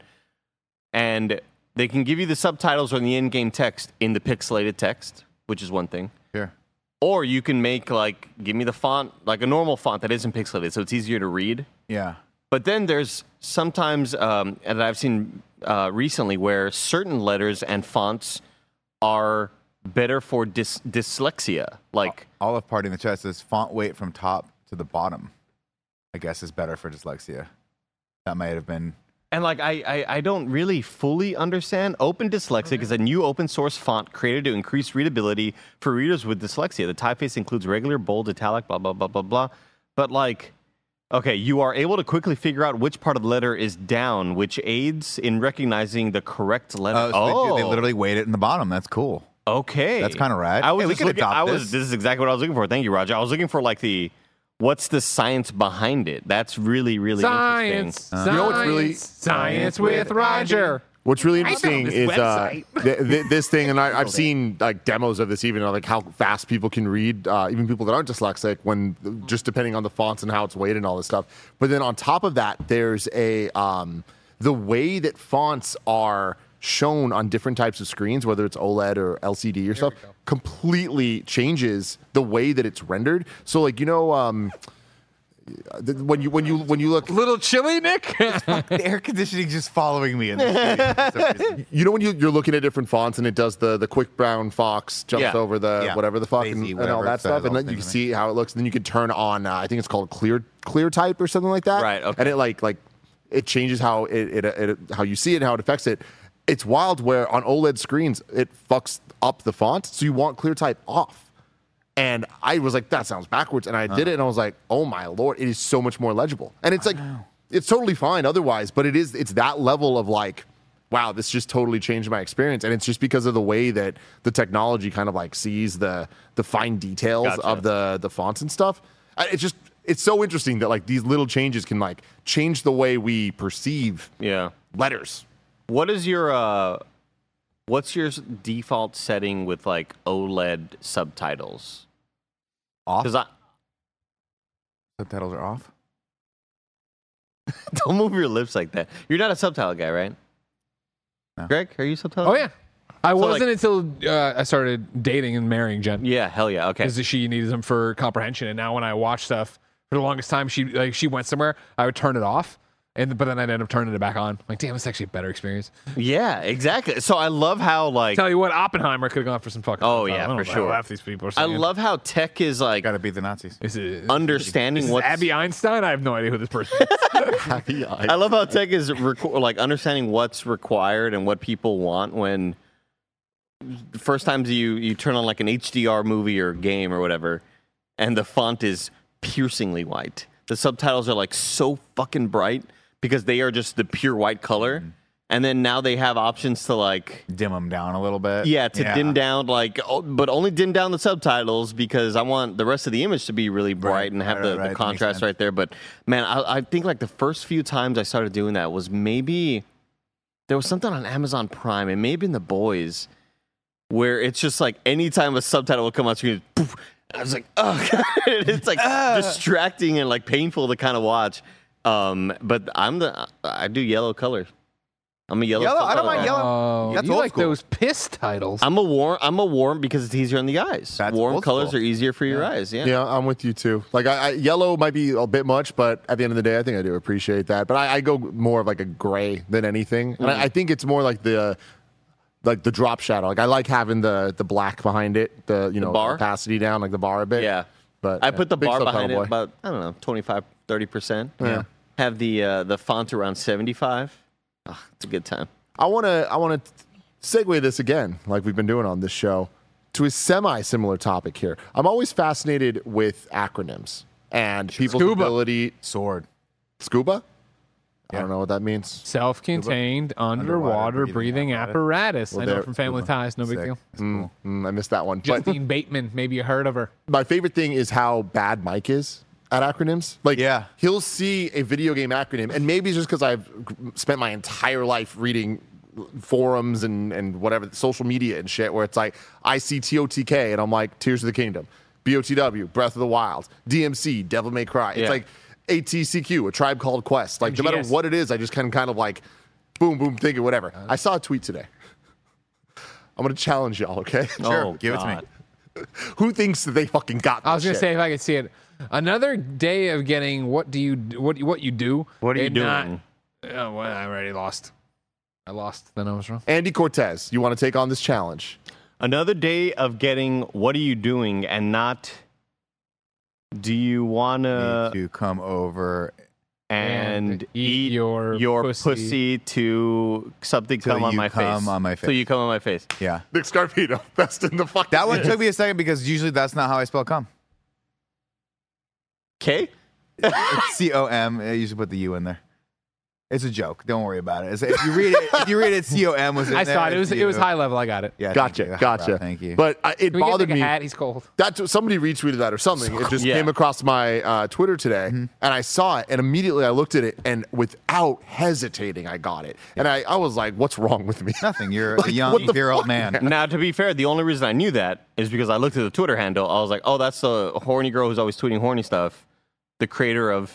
D: And they can give you the subtitles or the in-game text in the pixelated text, which is one thing
B: Here,
D: or you can make like give me the font like a normal font that isn't pixelated so it's easier to read
B: yeah,
D: but then there's sometimes um, and i've seen uh, recently where certain letters and fonts are better for dys- dyslexia like
B: Olive Party in the chat says font weight from top to the bottom. I guess is better for dyslexia. That might have been
D: and like I, I i don't really fully understand open
B: Mm-hmm.
D: dyslexic is a new open source font created to increase readability for readers with dyslexia the typeface includes regular bold italic blah blah blah blah blah but like Okay, you are able to quickly figure out which part of the letter is down, which aids in recognizing the correct letter.
B: Oh, so they, do- they literally weighed it in the bottom.
D: [laughs]
B: That's cool.
D: Okay,
B: That's kinda rad.
D: I was
B: Hey, we
D: just
B: could
D: looking-
B: adopt
D: I was.
B: this.
D: This. is exactly what I was looking for. Thank you, Roger. I was looking for like the what's the science behind it. That's really really
A: Science.
D: interesting.
A: science.
C: know what's really-
A: science with Roger.
C: What's really
A: found
C: interesting
A: this
C: is uh,
A: website.
C: [laughs] th- th- this thing, and I, I've seen like demos of this even on, like how fast people can read, uh, even people that aren't dyslexic, when just depending on the fonts and how it's weighted and all this stuff. But then on top of that, there's a um, the way that fonts are shown on different types of screens, whether it's OLED or LCD or stuff, completely changes the way that it's rendered. So like you know. Um, th- when you when you when you look
A: Little chilly, Nick.
B: The air conditioning's just following me
D: [laughs]
B: in this video for some reason.
C: you know when you, you're looking at different fonts and it does the the quick brown fox jumps
D: Yeah.
C: over the
B: Yeah.
C: whatever the fuck and,
B: Lazy,
C: and
B: whatever
C: all that
B: it's that
C: stuff and
B: little
C: then you
B: thing,
C: can
B: right?
C: see how it looks and then you can turn on uh, I think it's called clear clear type or something like that
D: Right, okay.
C: and it like like it changes how it, it, it how you see it and how it affects it it's wild where on OLED screens it fucks up the font so you want clear type off and I was like, that sounds backwards. And I did it and I was like, oh my lord, it is so much more legible. And it's like, it's totally fine otherwise, but it is, it's that level of like, wow, this just totally changed my experience. And it's just because of the way that the technology kind of like sees the the fine details
D: Gotcha.
C: of the the fonts and stuff. I- It's just, it's so interesting that like these little changes can like change the way we perceive
D: Yeah.
C: letters.
D: What is your uh, what's your s- default setting with like OLED subtitles?
B: Off.
A: Oh.
D: Because I [laughs]
B: Subtitles are off.
D: don't move your lips like that. You're not a subtitle guy, right?
B: No.
D: Greg, are you a
A: [laughs]
D: subtitle?
A: Oh yeah, I
D: like-
A: wasn't until uh, I started dating and marrying Jen
D: Yeah, hell yeah. Okay.
A: because she needed them for comprehension. And now when I watch stuff for the longest time, she like she went somewhere, I would turn it off, and but then I'd end up turning it back on. Like, damn, it's actually a better experience.
D: Yeah, exactly. So I love how like
A: Tell you what, Oppenheimer could have gone for some fucking.
D: Oh,
A: I
D: yeah,
A: don't know
D: for
A: about
D: sure.
A: Half these people are
D: I
A: saying.
D: love how tech is like
B: Got to beat the Nazis.
A: Is it,
D: understanding
A: is
D: what
A: it Abby Einstein? I have no idea who this person is. [laughs]
D: I love how tech is requ- like understanding what's required and what people want when the first times you you turn on like an HDR movie or game or whatever and the font is piercingly white. The subtitles are like so fucking bright because they are just the pure white color. And then now they have options to like
B: Dim them down a little bit.
D: Yeah, to dim down like, oh, but only dim down the subtitles because I want the rest of the image to be really bright
B: Right,
D: and have
B: right,
D: the,
B: right,
D: the
B: right, that makes
D: contrast
B: sense.
D: right there. But man, I, I think like the first few times I started doing that was maybe there was something on Amazon Prime and maybe in The Boys where it's just like anytime a subtitle will come on screen, poof, I was like, oh, [laughs] God. it's like
B: Ah.
D: distracting and like painful to kind of watch. Um, but I'm the I do yellow color. I'm a yellow.
B: Yellow? I don't
D: subtitle
B: mind
D: guy.
B: yellow.
A: Oh,
B: That's
A: you
B: old
A: like
B: school.
A: those piss titles.
D: I'm a warm. I'm a warm because it's easier on the eyes.
B: That's
D: warm
B: old
D: colors
B: school.
D: are easier for your eyes. Yeah.
C: [laughs] Yeah, I'm with you too. Like, I, I yellow might be a bit much, but at the end of the day, I think I do appreciate that. But I, I go more of like a gray than anything, and
D: Mm-hmm.
C: I, I think it's more like the uh, like the drop shadow. Like, I like having the the black behind it, the you know
D: bar?
C: opacity down, like the bar a bit.
D: Yeah.
C: but
D: I
C: yeah,
D: put the
C: big
D: bar
C: subtitle
D: behind it
C: boy.
D: about I don't know 25, 30 percent.
C: Yeah.
D: Have the uh, the font around seventy five. Oh, it's a good time.
C: I want to I want to segue this again, like we've been doing on this show, to a semi-similar topic here. I'm always fascinated with acronyms and people's
A: Scuba.
C: ability.
B: Sword.
C: Scuba. I don't know what that means.
A: Self-contained underwater,
B: Underwater
A: breathing
B: breathing
A: apparatus. I know
C: there-
A: from Family Ties. No big deal.
B: That's cool.
C: Mm, I missed that one. But Oh,
A: Justine Bateman. Maybe you heard of her.
C: my favorite thing is how bad Mike is at acronyms. Like,
B: Yeah.
C: he'll see a video game acronym, and maybe it's just because I've spent my entire life reading forums and and whatever social media and shit, where it's like I see TOTK and I'm like Tears of the Kingdom, BOTW, Breath of the Wild, DMC, Devil May Cry. It's
D: Yeah.
C: like ATCQ, a tribe called Quest. Like, no matter
A: MGS.
C: what it is, I just kind of kind of like boom, boom, think it, whatever. I saw a tweet today. [laughs] I'm gonna challenge y'all, okay?
B: Sure,
D: Oh,
B: give it to me.
C: Who thinks that they fucking got? This
A: I was gonna
C: shit?
A: say if I could see it. Another day of getting what do you what what you do?
D: What are you
A: and not-
D: doing?
A: oh, well, I already lost. I lost. Then I was wrong.
C: Andy Cortez, you want to take on this challenge?
D: Another day of getting what are you doing and not do you wanna
B: Need to come over
D: and,
A: And eat your pussy.
D: to something
B: Till
D: come on
B: you
D: my
B: come
D: face.
B: on my
D: So
B: face.
D: you come on my face.
B: Yeah.
C: Nick Scarpino, [laughs] best in the
D: [laughs]
C: fucking.
B: That one took me a second because usually that's not how I spell cum.
D: Okay.
B: C O M. I usually put the U in there. It's a joke. Don't worry about it. It's- if you read it, if you read it, C O M was.
A: [laughs]
B: In
A: I
B: there,
A: saw it. It
B: it's
A: was it
B: you.
A: was high level. I got it.
B: Yeah. thank you.
C: Gotcha,
B: That's
C: gotcha.
B: right. Thank you.
C: But I, it
A: Can we
C: bothered
A: get Nick
C: me.
A: a hat? He's cold.
C: That somebody retweeted that or something. It just
D: Yeah.
C: came across my uh, Twitter today, and I saw it, and immediately I looked at it, and without hesitating, I got it, and I, I was like, "What's wrong with me?"
B: nothing. You're
C: Like,
B: a young,
C: what the
B: year old
C: fuck?
B: man.
D: Now, to be fair, the only reason I knew that is because I looked at the Twitter handle. I was like, "Oh, that's the horny girl who's always tweeting horny stuff." The creator of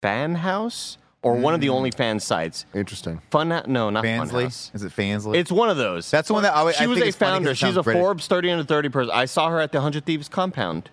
D: Fan House or one of the only fan sites.
C: [laughs] Interesting.
D: Fun? No, not Fansley.
B: Fansley. Is it Fansley?
D: It's one of those.
B: That's the one that I always-
D: She
B: I
D: was
B: think
D: a
B: it's funny 'cause
D: founder.
B: it
D: She's
B: sounds
D: a
B: British.
D: Forbes 30 under 30 person. I saw her at the 100 Thieves compound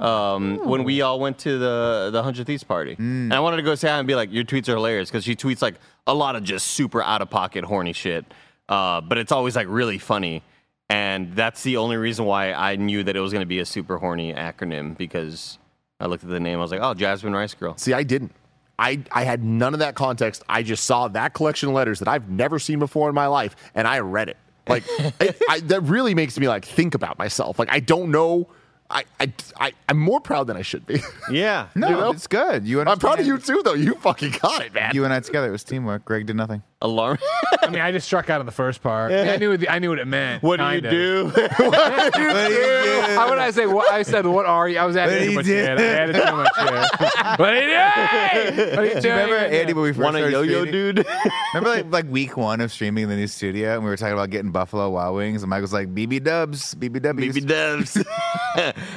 D: um, when we all went to the, the 100 Thieves
B: Mm.
D: party. And I wanted to go say hi and be like, your tweets are hilarious because she tweets like a lot of just super out of pocket horny shit. Uh, but it's always like really funny. And that's the only reason why I knew that it was going to be a super horny acronym because I looked at the name. I was like, oh, Jasmine Rice Girl.
C: See, I didn't. I, I had none of that context. I just saw that collection of letters that I've never seen before in my life, and I read it. Like
D: [laughs]
C: it, I, that really makes me like think about myself. Like I don't know. I I, I I'm more proud than I should
D: [laughs]
C: be.
D: Yeah.
B: no,
C: you know?
B: it's good. You.
C: I'm proud of you
B: understand.
C: too, though. You fucking got it, man.
B: You and I together. It was teamwork. Greg did
C: [laughs]
B: nothing.
D: Alarm. [laughs]
A: I mean, I just struck out on the first part. I knew what- I knew what it meant.
D: what do you
A: kinda.
D: do? [laughs]
B: What do you do?
A: How would I say? What I said? What are you? I was adding
B: But
A: too
B: he
A: much. in. I added too much.
D: [laughs]
A: in. What are you doing? What are you doing?
B: Remember Andy when we first
D: Want a
B: started
D: yo-yo,
B: streaming?
D: dude? [laughs]
B: Remember like, like week one of streaming in the new studio, and we were talking about getting Buffalo Wild Wings, and Mike was like BB Dubs, BB W's.
D: BB Dubs. [laughs]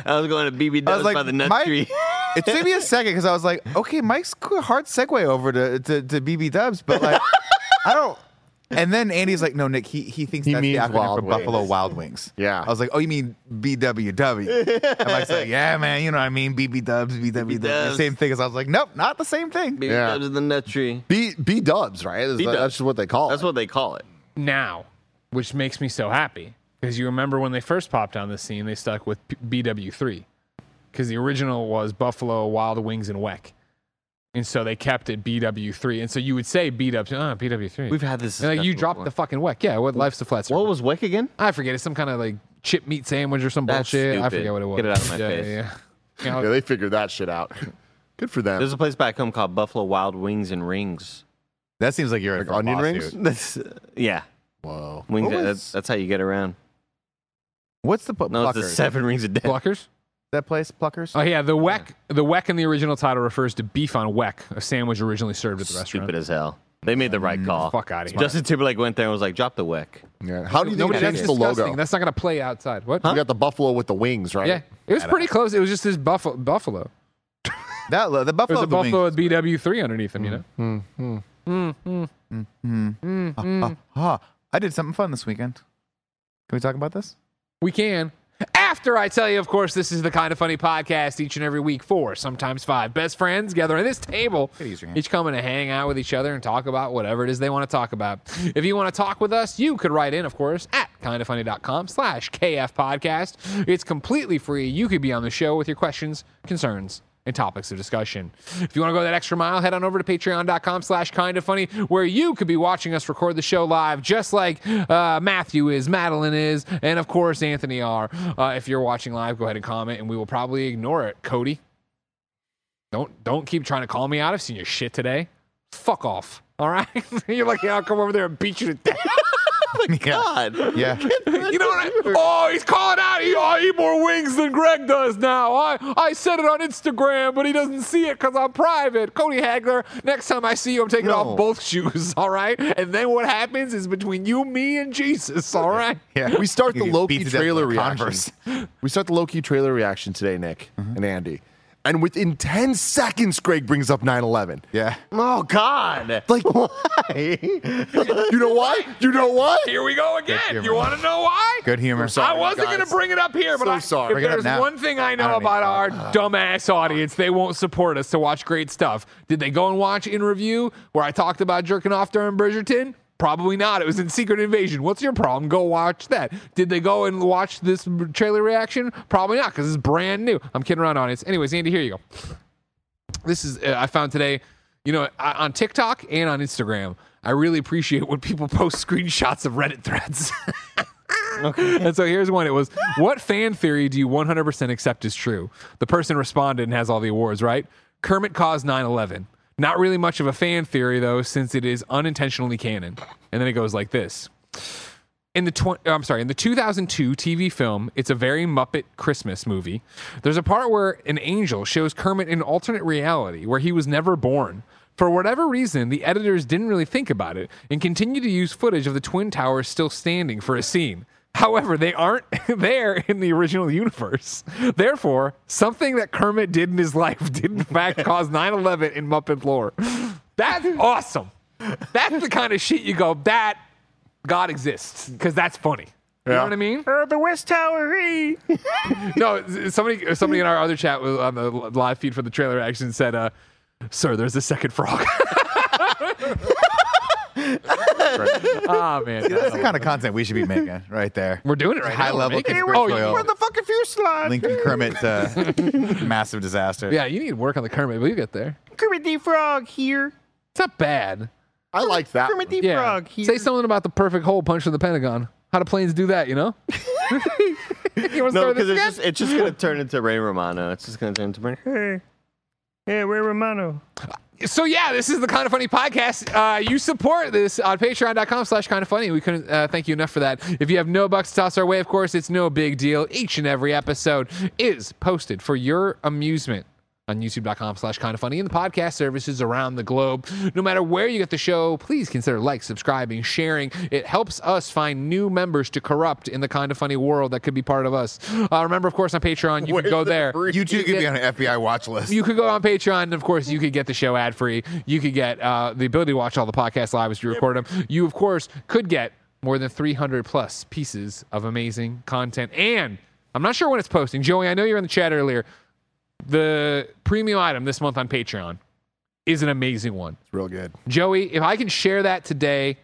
D: I was going to BB
B: I
D: Dubs
B: was like,
D: by the nut
B: Mike,
D: tree. [laughs]
B: it took me a second because I was like, okay, Mike's qu- hard segue over to, to, to BB Dubs, but like, I don't. [laughs] And then Andy's like, no, Nick, he, he thinks
C: He
B: that's the
C: means
B: acronym
C: Wild
B: for
C: Wings.
B: Buffalo Wild Wings.
C: Yeah.
B: I was like, oh, you mean
D: [laughs]
B: BWW? And Mike's like, yeah, man, you know what I mean? BB Dubs, BWW.
D: Dubs.
B: Same thing as I was like, nope, not the same thing.
D: BB
C: Yeah.
D: Dubs in the nut tree.
C: B B Dubs, right? Is that-
D: B-dubs.
C: That's just what they call
D: That's
C: it.
D: what they call it.
A: now, which makes me so happy because you remember when they first popped on the scene, they stuck with P- BW3 because the original was Buffalo Wild Wings and Weck, and so they kept it BW3, and so you would say BW, ah, BW3.
D: We've had this.
A: And, like, you dropped the fucking Weck, yeah. What life's the flat circle?
D: What was Wick again?
A: I forget. It's some kind of like chip meat sandwich or some
D: That's
A: bullshit. I
D: stupid.
A: forget what it was.
D: Get it out of my
A: yeah,
D: face.
A: Yeah, yeah. You know,
D: [laughs]
C: yeah, they figured that shit out. [laughs] Good for them.
D: There's a place back home called Buffalo Wild Wings and Rings.
B: That seems like you're in
C: Like
B: for a
C: onion
B: lawsuit.
C: rings?
D: That's uh, yeah,
C: Whoa.
D: wings.
B: What was-
D: that's, that's how you get around.
B: What's the pu-
D: No, it's the
B: Pluckers?
D: seven rings a day.
A: Pluckers.
B: that place, Pluckers?
A: Oh yeah, the weck. The weck in the original title refers to beef on weck, a sandwich originally served at the restaurant. Mm,
D: [laughs] Stupid as hell. They made the right call.
A: fuck outta here.
D: Justin Timberlake went there and was like, drop the wick.
C: Yeah. How do you think
A: Nobody
C: it
A: that's
C: changed the logo?
A: disgusting. That's not going to play outside. What?
C: You got the buffalo with the wings, right?
A: Yeah, it was pretty close. It was just this buffalo. Buffalo.
B: That the
A: It was
B: Buffalo
A: a
B: Bill Wings.
A: buffalo with BW three underneath him. You know.
D: Mm-hmm.
B: Uh, Huh. I did something fun this weekend. Can we talk about this?
A: We can. After I tell you, of course, this is the kind of funny podcast each and every week. Four, sometimes five best friends gather at this table,
B: use your hand.
A: each coming to hang out with each other and talk about whatever it is they want to talk about. If you want to talk with us, you could write in, of course, at kindoffunny.com slash KF podcast. It's completely free. You could be on the show with your questions, concerns, and topics of discussion. If you want to go that extra mile, head on over to patreon.com slash kind of funny, where you could be watching us record the show live, just like uh, Matthew is, Madeline is, and of course, Anthony R. Uh, if you're watching live, go ahead and comment, and we will probably ignore it. Cody, don't don't keep trying to call me out. I've seen your shit today. Fuck off. All right, [laughs] you're lucky I'll come over there and beat you to
B: [laughs]
A: death.
D: Oh God.
B: Yeah.
A: You know what? I, oh, he's calling out. He, I eat more wings than Greg does now. I, I said it on Instagram, but he doesn't see it because I'm private. Cody Hagler, next time I see you, I'm taking
B: No.
A: off both [laughs] shoes, all right? And then what happens is between you, me, and Jesus,
B: [laughs]
A: all right?
B: Yeah.
C: We start
B: You
C: the
B: get beat
C: Loki
B: to death with
C: trailer
B: a
C: reaction.
B: Converse. [laughs] Mm-hmm.
C: We start the Loki trailer reaction today, Nick and Andy. And within 10 seconds, Greg brings up 9 11.
B: Yeah.
F: Oh God!
B: [laughs]
C: Like, [laughs] you know why? You know why?
A: Here we go again.
B: humor.
A: You want to know why?
B: Good humor. I'm sorry,
A: I wasn't
C: guys.
A: going to bring it up here, but
C: So
A: I,
C: sorry.
A: if
B: Bring it up
A: there's
B: now.
A: one thing I know
B: I don't
A: about
B: need-
A: our dumbass audience, they won't support us to watch great stuff. Did they go and watch in review where I talked about jerking off during Bridgerton? Probably not. It was in Secret Invasion. What's your problem? Go watch that. Did they go and watch this trailer reaction? Probably not because it's brand new. I'm kidding around, audience. Anyways, Andy, here you go this is uh, I found today. You know, I, on TikTok and on Instagram, I really appreciate when people [laughs] post screenshots of Reddit threads. [laughs] And so here's one. It was, what fan theory do you 100% accept is true? The person responded and has all the awards, right? Kermit caused 9 11. Not really much of a fan theory, though, since it is unintentionally canon. And then it goes like this in the tw- I'm sorry, in the 2002 TV film, it's a very Muppet Christmas movie. There's a part where an angel shows Kermit an alternate reality where he was never born. For whatever reason, the editors didn't really think about it and continue to use footage of the twin towers still standing for a scene. However, they aren't [laughs] there in the original universe. Therefore, something that Kermit did in his life [laughs] did in fact cause 9/11 in Muppet lore. That's awesome. That's the kind of shit you go, that God exists because that's funny. You know what I mean?
F: the West Tower.
A: [laughs] No, s- somebody somebody in our other chat was on the li- live feed for the trailer action said, uh, "Sir, there's a second frog." [laughs] Ah man,
B: That's the kind of content we should be making [laughs] right there.
A: we're doing it right
B: High
A: now. We're
B: level
A: making it.
B: conspiratorial.
A: Oh, you-
B: Where the
F: fuck if you slide?
B: Lincoln Kermit uh, [laughs] massive disaster.
A: yeah, you need to work on the Kermit, but you get there.
F: Kermit the Frog here.
A: It's not bad.
C: I like that.
F: Kermit the
A: Yeah.
F: Frog here.
A: Say something about the perfect hole punch in the Pentagon. How do planes do that? You know? you want to
D: No,
A: start
D: because
A: this
D: it's
A: again?
D: just, it's just going to turn into Ray Romano. It's just going to turn into Ray.
F: Hey, hey, Ray Romano.
A: so yeah, this is the kind of funny podcast. Uh, you support this on patreon.com slash kind of funny. We couldn't uh, thank you enough for that. If you have no bucks to toss our way, of course, it's no big deal. Each and every episode is posted for your amusement on youtube.com slash kind of funny and the podcast services around the globe. No matter where you get the show, please consider like, subscribing, sharing. It helps us find new members to corrupt in the kind of funny world that could be part of us. Uh, remember, of course, on Patreon, you can go there.
B: You too could be on an FBI watch list.
A: You could go on Patreon, and of course, you could get the show ad free. You could get uh, the ability to watch all the podcasts live as you record them. You, of course, could get more than 300 plus pieces of amazing content. And I'm not sure when it's posting. Joey, I know you were in the chat earlier. The premium item this month on Patreon is an amazing one.
C: It's real good.
A: Joey, if I can share that today,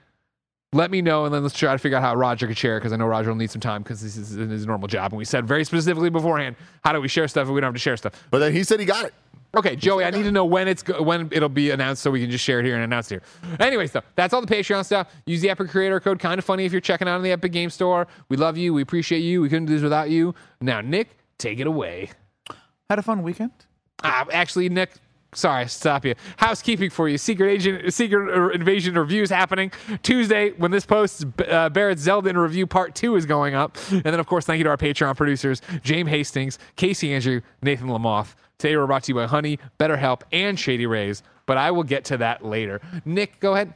A: let me know, and then let's try to figure out how Roger could share because I know Roger will need some time because this is his normal job. And we said very specifically beforehand, how do we share stuff if we don't have to share stuff?
C: But then he said he got it.
A: Okay, Joey, I need to know when it's go- when it'll be announced so we can just share it here and announce it here. Anyways, though, that's all the Patreon stuff. Use the Epic Creator code. Kind of funny if you're checking out on the Epic Game Store. We love you. We appreciate you. We couldn't do this without you. Now, Nick, take it away.
B: Had a fun weekend.
A: Ah, actually, Nick, sorry, stop you. Housekeeping for you. Secret agent, secret er, invasion reviews happening Tuesday when this posts. Uh, Barrett's Zelda in review part two is going up, and then of course, thank you to our Patreon producers, James Hastings, Casey Andrew, Nathan Lamoth. Today we're brought to you by Honey, BetterHelp, and Shady Rays. But I will get to that later. Nick, go ahead.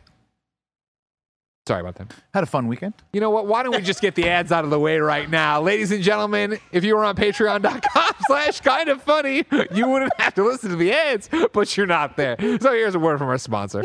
A: Sorry about that.
B: Had a fun weekend.
A: You know what? Why don't we just get the ads out of the way right now? Ladies and gentlemen, if you were on patreon.com [laughs] slash kind of funny, you wouldn't have to listen to the ads, but you're not there. So here's a word from our sponsor.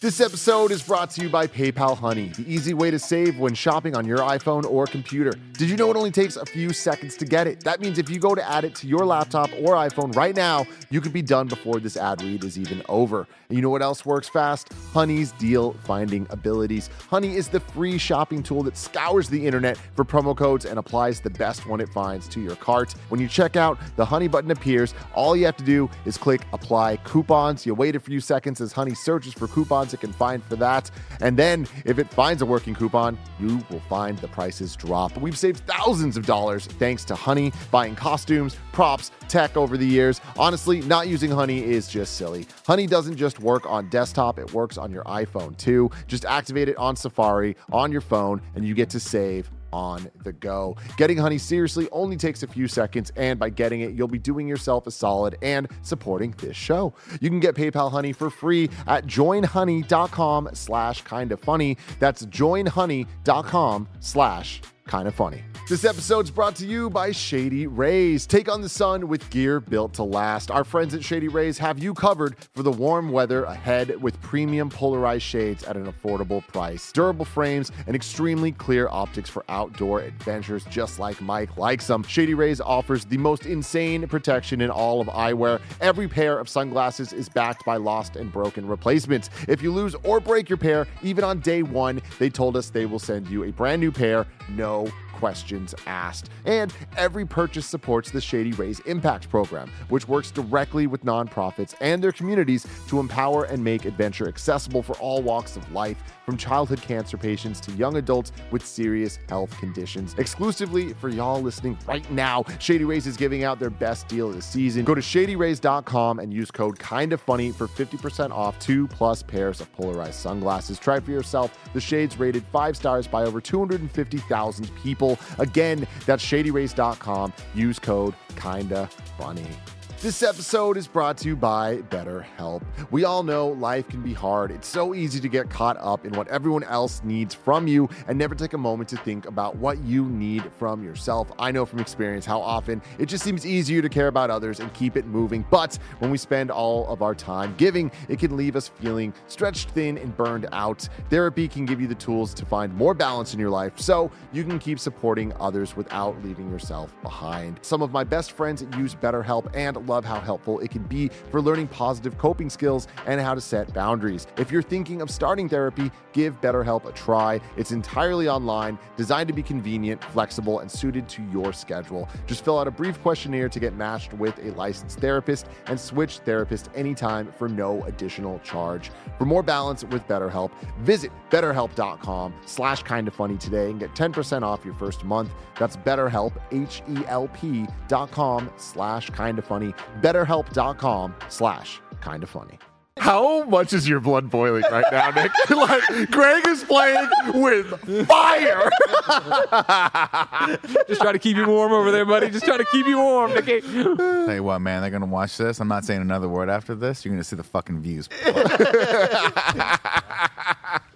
C: This episode is brought to you by PayPal Honey, the easy way to save when shopping on your iPhone or computer. Did you know it only takes a few seconds to get it? That means if you go to add it to your laptop or iPhone right now, you could be done before this ad read is even over. And you know what else works fast? Honey's deal finding abilities. Honey is the free shopping tool that scours the internet for promo codes and applies the best one it finds to your cart. When you check out, the Honey button appears. All you have to do is click apply coupons. You wait a few seconds as Honey searches for coupons it can find for that. And then if it finds a working coupon, you will find the prices drop. We've saved thousands of dollars thanks to Honey buying costumes, props, tech over the years. Honestly, not using Honey is just silly. Honey doesn't just work on desktop, it works on your iPhone too. Just activate it on Safari on your phone and you get to save on the go. Getting honey seriously only takes a few seconds, and by getting it, you'll be doing yourself a solid and supporting this show. You can get PayPal Honey for free at joinhoney.com slash kind of funny. That's joinhoney.com slash kind of funny. This episode's brought to you by Shady Rays. Take on the sun with gear built to last. Our friends at Shady Rays have you covered for the warm weather ahead with premium polarized shades at an affordable price, durable frames, and extremely clear optics for outdoor adventures, just like Mike likes them. Shady Rays offers the most insane protection in all of eyewear. Every pair of sunglasses is backed by lost and broken replacements. If you lose or break your pair, even on day one, they told us they will send you a brand new pair, no questions asked. And every purchase supports the Shady Rays Impact Program, which works directly with nonprofits and their communities to empower and make adventure accessible for all walks of life, from childhood cancer patients to young adults with serious health conditions. Exclusively for y'all listening right now, Shady Rays is giving out their best deal of the season. Go to shadyrays.com and use code kinda funny for 50% off two plus pairs of polarized sunglasses. Try for yourself. The shades rated five stars by over 250,000 people. Again, that's shadyrays.com. Use code kinda funny. This episode is brought to you by BetterHelp. We all know life can be hard. It's so easy to get caught up in what everyone else needs from you and never take a moment to think about what you need from yourself. I know from experience how often it just seems easier to care about others and keep it moving. But when we spend all of our time giving, it can leave us feeling stretched thin and burned out. Therapy can give you the tools to find more balance in your life so you can keep supporting others without leaving yourself behind. Some of my best friends use BetterHelp and love how helpful it can be for learning positive coping skills and how to set boundaries. If you're thinking of starting therapy, give BetterHelp a try. It's entirely online, designed to be convenient, flexible, and suited to your schedule. Just fill out a brief questionnaire to get matched with a licensed therapist and switch therapist anytime for no additional charge. For more balance with BetterHelp, visit betterhelp.com slash kind of funny today and get 10% off your first month. That's betterhelp, H-E-L-P dot com slash kind of funny betterhelp.com slash kind of funny How much is your blood boiling right now, Nick? [laughs] like, Greg is playing with fire.
A: [laughs] Just try to keep you warm over there, buddy. Just try to keep you warm, Nicky.
B: Tell you what, man, they're gonna watch this. I'm not saying another word after this. You're gonna see the
F: [laughs]
B: fucking views.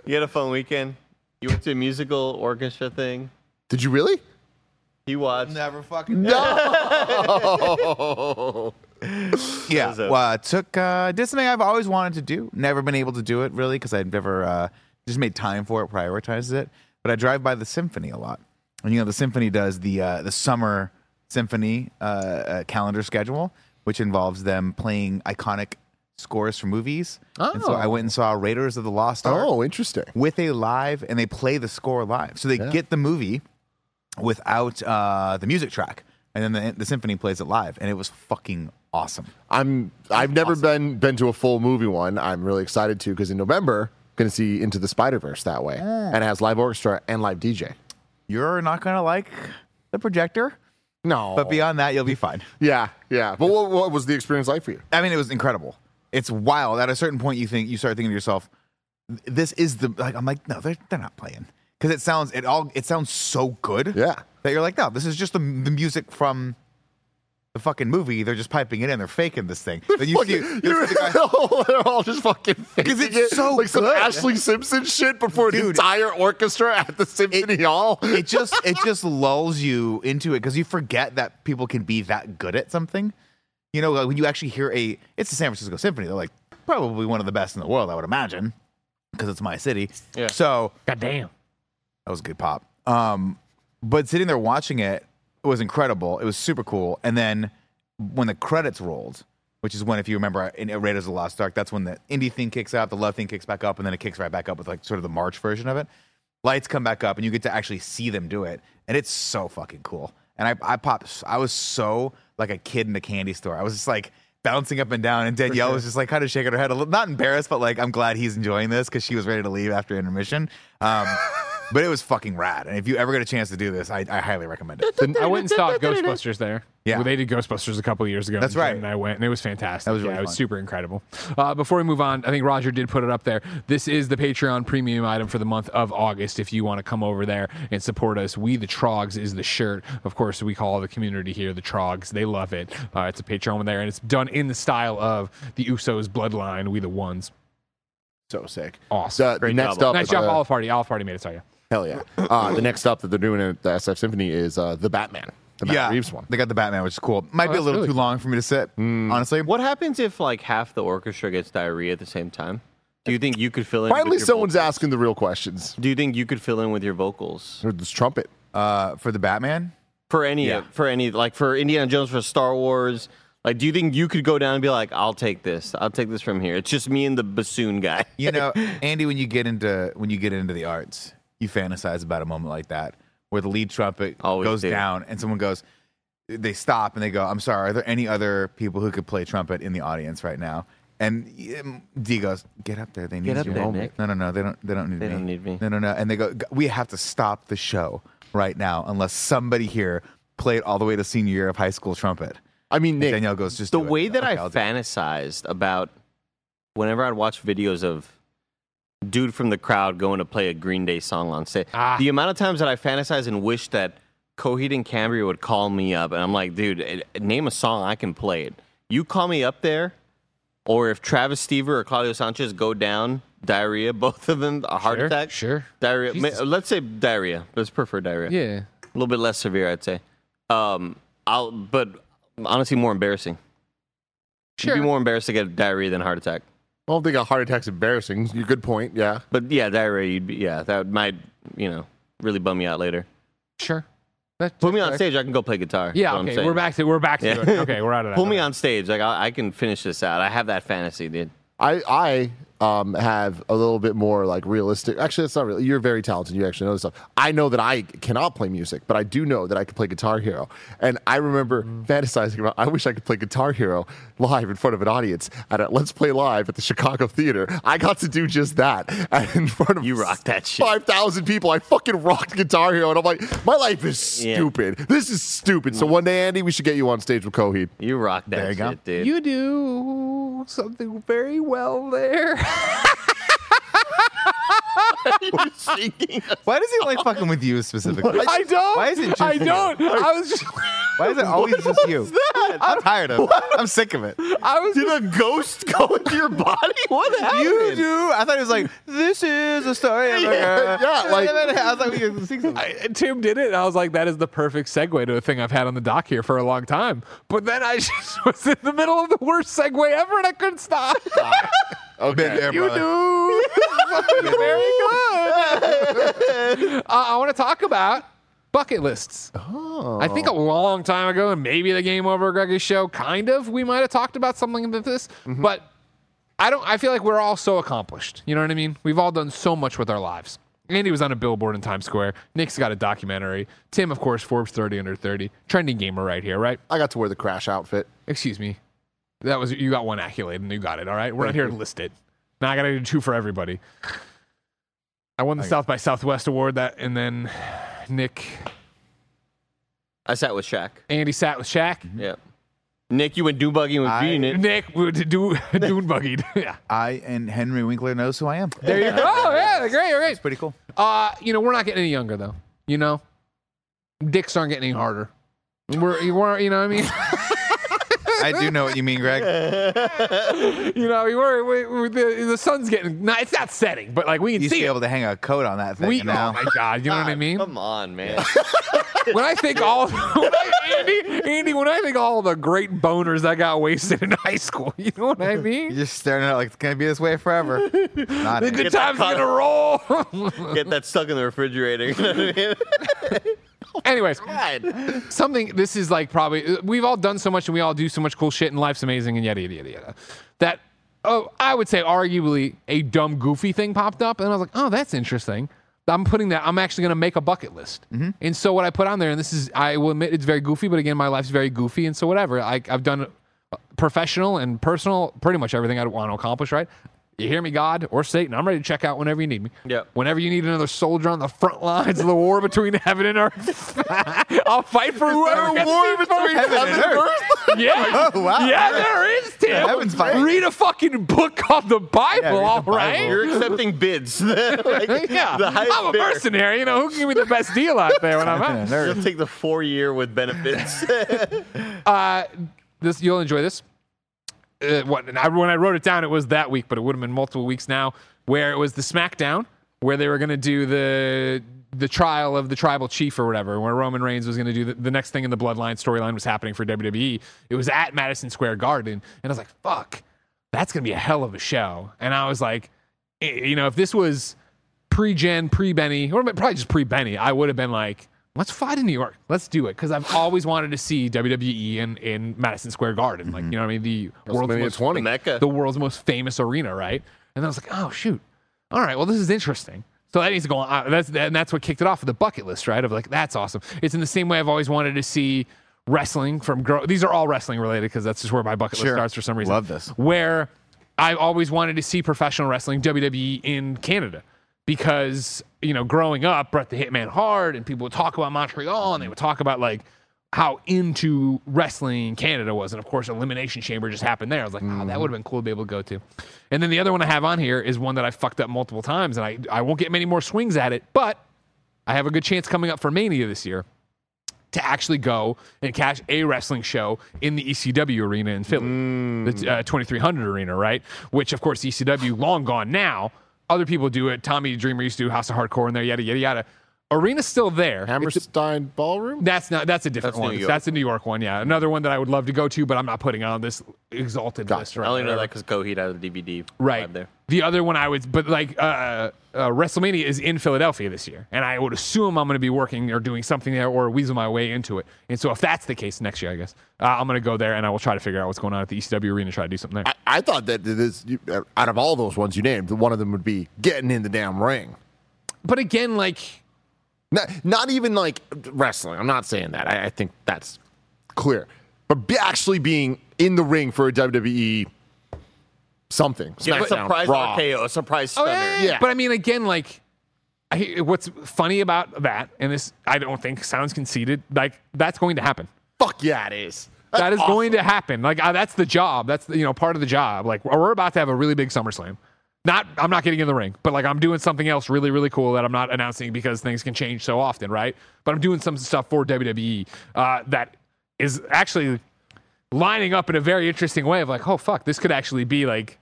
D: You had a fun weekend. You went to a musical orchestra thing.
C: Did you really?
D: You watched.
G: Never fucking.
B: yeah,
D: That was a-
B: well, I took uh, did something I've always wanted to do. Never been able to do it really because I've never uh, just made time for it, prioritized it. But I drive by the symphony a lot, and you know the symphony does the uh, the summer symphony uh, uh, calendar schedule, which involves them playing iconic scores from movies. And so I went and
D: Oh.
B: saw Raiders of the Lost Ark
C: Oh, interesting.
B: with a live, and they play the score live, so they get the movie without uh, the music track, and then the, the symphony plays it live, and it was fucking awesome.
C: I'm I've never been been to a full movie one. I'm really excited to because in November going to see Into the Spider Verse that way, and it has live orchestra and live DJ.
B: you're not gonna like the projector,
C: No,
B: but beyond that, you'll be fine.
C: yeah, yeah. But what, what was the experience like for you?
B: I mean, it was incredible. It's wild. At a certain point, you think you start thinking to yourself, "This is the like." I'm like, no, they're they're not playing because it sounds it all it sounds so good.
C: Yeah.
B: that you're like, no, this is just the, the music from the the fucking movie. They're just piping it in. They're faking this thing. Then you see, you
C: You're,
B: see the guy-
C: they're [laughs] all just fucking faking
B: it's
C: it,
B: so
C: like some
B: good.
C: Ashley Simpson shit before an
B: Dude.
C: entire orchestra at the Symphony Hall.
B: it just it just lulls you into it because you forget that people can be that good at something. You know, like when you actually hear a, it's the San Francisco Symphony. They're like probably one of the best in the world, I would imagine, because it's my city.
D: Yeah.
B: So
A: Goddamn.
B: that was a good pop. Um, but sitting there watching it was incredible. It was super cool. And then when the credits rolled, which is when, if you remember, in Raiders of the Lost Ark, that's when the indie thing kicks out, the love thing kicks back up, and then it kicks right back up with like sort of the March version of it. Lights come back up, and you get to actually see them do it, and it's so fucking cool. And I, I popped. I was so like a kid in a candy store. I was just like bouncing up and down, and Danielle was just like kind of shaking her head a little, not embarrassed, but like I'm glad he's enjoying this because she was ready to leave after intermission. Um, but it was fucking rad. And if you ever get a chance to do this, I, I highly recommend it.
A: I went and saw Ghostbusters there.
B: Yeah.
A: Well, they did Ghostbusters a couple of years ago.
B: That's
A: and
B: right.
A: And I went, and it was fantastic. That
B: was
A: yeah,
B: really
A: it was
B: fun.
A: super incredible. Uh, before we move on, I think Roger did put it up there. This is the Patreon premium item for the month of August. If you want to come over there and support us, we the Trogs is the shirt. Of course, we call the community here the Trogs. They love it. Uh, it's a Patreon there, and it's done in the style of the Usos bloodline. We the ones.
C: So sick.
A: Awesome.
C: So, the next up,
A: nice job,
C: uh,
A: Olive Party. Olive Party made it. Sorry. yeah.
C: hell yeah. Uh, the next up that they're doing at the SF Symphony is uh, the Batman, the Matt Reeves one.
B: They got the Batman, which is cool. Might be a
A: that's
B: little
A: really
B: too long for me to sit, honestly.
D: What happens if like half the orchestra gets diarrhea at the same time? Do you think you could fill in? with
C: Finally,
D: your
C: someone's
D: vocals?
C: asking the real questions.
D: Do you think you could fill in with your vocals
C: Or this trumpet.
B: Uh, for the Batman?
D: for any for any like for Indiana Jones for Star Wars? Like, do you think you could go down and be like, "I'll take this. I'll take this from here." It's just me and the bassoon guy. [laughs]
B: You know, Andy, when you get into when you get into the arts, you fantasize about a moment like that where the lead trumpet
D: Always
B: goes
D: do.
B: down and someone goes they stop and they go, I'm sorry, are there any other people who could play trumpet in the audience right now? And um, D goes, get up there. They need
D: up
B: you.
D: there,
B: Oh,
D: Nick.
B: No, no, no. They don't. They don't need
D: They
B: me.
D: don't need me.
B: No, no, no. And they go, "G- we have to stop the show right now unless somebody here played all the way to senior year of high school trumpet.
C: I mean, Nick,
B: Danielle goes, just
D: the
B: do it."
D: way that
B: Okay,
D: I
B: I'll do it."
D: fantasized about whenever I'd watch videos of dude from the crowd going to play a Green Day song on stage,
A: Ah.
D: the amount of times that I fantasize and wish that Coheed and Cambria would call me up, and I'm like, dude, eh, name a song I can play it. You call me up there, or if Travis Stever or Claudio Sanchez go down, diarrhea, [laughs] both of them, a heart
A: Sure,
D: attack,
A: sure.
D: diarrhea. ma-
A: Jesus.
D: Let's say diarrhea. Let's prefer diarrhea
A: Yeah.
D: a little bit less severe, I'd say. Um, I'll, but honestly, more embarrassing. You'd
A: Sure.
D: be more embarrassed to get diarrhea than a heart attack.
C: I don't think a heart attack's embarrassing. You good point. Yeah.
D: But yeah, diarrhea. You'd be yeah. That might you know really bum me out later.
A: Sure. That-
D: Put me on stage. I can go play guitar. is
A: Yeah.
D: what I'm
A: Okay.
D: saying.
A: We're back to we're back to
D: Yeah.
A: it. okay. We're out of that.
D: Pull me on stage. Like I, I can finish this out. I have that fantasy, dude.
C: I I um have a little bit more like realistic. Actually, that's not real. You're very talented. You actually know this stuff. I know that I cannot play music, but I do know that I can play Guitar Hero. And I remember
B: Mm.
C: fantasizing about. I wish I could play Guitar Hero live in front of an audience at a Let's Play Live at the Chicago Theater. I got to do just that [laughs] and in front of
D: You rocked that shit.
C: Five thousand people. I fucking rocked Guitar Hero, and I'm like, my life is
D: Yeah.
C: stupid. This is stupid.
B: Mm.
C: So one day, Andy, we should get you on stage with Coheed.
D: You rock that
B: There you
D: shit,
B: go.
D: dude. [laughs]
A: You do something very well there.
B: Why does he like fucking with
D: [laughs]
B: you specifically?
A: I don't.
B: Why is it just
A: I
B: you?
A: don't. I was just.
B: Why is it always just [laughs]
C: [laughs]
B: you? I'm tired of it. I'm sick of it.
A: I was.
F: Did a
C: [laughs]
F: ghost go into your body? What happened?
B: You do. I thought it was like, this is a story of a girl.
C: yeah, like-
B: I was like, we can [laughs] sing something.
A: I, Tim did it, and I was like, "That is the perfect segue to a thing I've had on the dock here for a long time." But then I [laughs] just was in the middle of the worst segue ever, and I couldn't stop.
B: Been there,
A: you
B: brother.
A: do something very good. uh, I want to talk about bucket lists. I think a long time ago, and maybe the Game Over Greggy show, kind of, we might have talked about something about this, but I don't. I feel like we're all so accomplished. You know what I mean? We've all done so much with our lives. Andy was on a billboard in Times Square. Nick's got a documentary. Tim, of course, Forbes 30 under 30, trending gamer right here, right?
C: I got to wear the crash outfit.
A: Excuse me. That was you got one accolade and you got it. All right, we're not here to list it. Now I got to do two for everybody. I won the South by Southwest award that, and then Nick
D: I sat with Shaq.
A: Andy sat with Shaq.
B: Mm-hmm.
D: Yeah. Nick, you went do bugging with me in it.
A: Nick would do [laughs] dune
B: [laughs]
A: buggied. yeah,
B: I and Henry Winkler knows who I am.
A: there you go. [laughs] Oh yeah, great, great.
B: Pretty cool.
A: Uh, you know, we're not getting any younger though. You know, dicks aren't getting any harder. We're, you weren't, you know what I mean? [laughs]
B: I do know what you mean, [laughs] Greg.
A: You know, we were we, we, the, the sun's getting. Not, it's not setting, but like we can
B: You used to
A: see
B: be
A: it.
B: able to hang a coat on that thing.
A: we,
B: and
A: oh
B: now
A: my god, you know what
B: [laughs]
A: I mean?
D: Come on, man.
A: When I think all, [laughs] when I, Andy, Andy, when I think all the great boners I got wasted in high school, [laughs] you know what I
B: you're
A: mean?
B: just staring at it like it's gonna be this way [laughs] forever. Not
A: The
B: it.
A: good times are gonna roll. [laughs]
D: [laughs] Get that stuck in the refrigerator.
A: Anyways,
B: [laughs]
A: something. This is like probably we've all done so much and we all do so much cool shit and life's amazing and yada yada yada. yada. That oh, I would say arguably a dumb goofy thing popped up and I was like, oh, that's interesting. I'm putting that. I'm actually going to make a bucket list. And so what I put on there, and this is, I will admit, it's very goofy, but again, my life's very goofy, and so whatever. I, I've done uh, professional and personal, pretty much everything I want to accomplish. Right? You hear me, God or Satan? I'm ready to check out whenever you need me.
D: Yep.
A: Whenever you need another soldier on the front lines of the war between [laughs] heaven and earth, [laughs] I'll fight for whoever gets
B: war
A: me first.
B: between heaven and earth.
A: Yeah.
B: [laughs] Oh, wow.
A: Yeah, there is,
B: heaven's
A: Tim.
B: fighting.
A: Read a fucking book called the
B: Yeah, read
A: Bible,
B: the
A: all right?
D: You're [laughs] accepting bids. [laughs] Like,
A: Yeah.
D: The highest
A: I'm a
D: bidder.
A: mercenary. You know, who can give me the best deal out there when I'm
B: Heaven [laughs]
A: out?
B: and earth.
D: You'll take the four year with benefits.
A: Uh, this, you'll enjoy this. Uh, what, and I, when I wrote it down, it was that week, but it would have been multiple weeks now, where it was the SmackDown, where they were going to do the the trial of the tribal chief or whatever, where Roman Reigns was going to do the, the next thing in the Bloodline storyline was happening for WWE. It was at Madison Square Garden, and I was like, "Fuck, that's going to be a hell of a show." And I was like, eh, you know, if this was pre Jen, pre Benny, or probably just pre Benny, I would have been like, let's fly to New York. Let's do it. Cause I've always wanted to see WWE in, in Madison Square Garden. Like, you know what I mean? The world's,
C: WrestleMania
A: most,
C: 20.
D: Mecca.
A: the world's most famous arena, right? And I was like, oh, shoot. All right. Well, this is interesting. So that needs to go on. uh, That's, and that's what kicked it off with the bucket list, right? Of like, that's awesome. It's in the same way I've always wanted to see wrestling from grow. These are all wrestling related because that's just where my bucket list
B: Sure.
A: starts for some reason.
B: Love this.
A: Where I always wanted to see professional wrestling, WWE in Canada, because you know, growing up, Bret the Hitman Hard, and people would talk about Montreal, and they would talk about like how into wrestling Canada was, and of course, Elimination Chamber just happened there. I was like, oh,
B: Mm-hmm.
A: that would have been cool to be able to go to. And then the other one I have on here is one that I fucked up multiple times, and I I won't get many more swings at it, but I have a good chance coming up for Mania this year to actually go and catch a wrestling show in the ECW arena in Philly,
D: Mm.
A: the uh, 2300 arena, right? Which, of course, ECW long gone now. Other people do it. Tommy Dreamer used to do House of Hardcore in there, yada yada yada. Arena's still there.
C: Hammerstein Ballroom?
A: That's not. That's a different
D: That's New
A: one.
D: York.
A: That's a New York one. Yeah, another one that I would love to go to, but I'm not putting on this exalted list.
D: [laughs] I
A: Right.
D: only know
A: Whatever.
D: that [laughs] because Coheed out of the DVD.
A: Right.
D: vibe There.
A: The other one I would, but like uh, uh, WrestleMania is in Philadelphia this year, and I would assume I'm going to be working or doing something there or weasel my way into it. And so if that's the case next year, I guess uh, I'm going to go there and I will try to figure out what's going on at the ECW arena, try to do something there.
C: I, I thought that this, you- uh, out of all those ones you named, one of them would be getting in the damn ring.
A: Uh, but again, like
C: Not, not even like wrestling. I'm not saying that. I, I think that's clear. But be actually being in the ring for a WWE something.
D: Give a
C: SmackDown,
D: surprise
C: Raw.
D: RKO, a surprise stunner.
C: Yeah.
A: But I mean, again, like, I, what's funny about that, and this I don't think sounds conceited. Like that's going to happen.
C: Fuck yeah, it is. That's
A: That is
C: awesome.
A: going to happen. Like uh, that's the job. That's you know part of the job. Like we're about to have a really big SummerSlam. Not I'm not getting in the ring, but like I'm doing something else really really cool that I'm not announcing because things can change so often, right? But I'm doing some stuff for WWE uh, that is actually lining up in a very interesting way of like, oh fuck, this could actually be like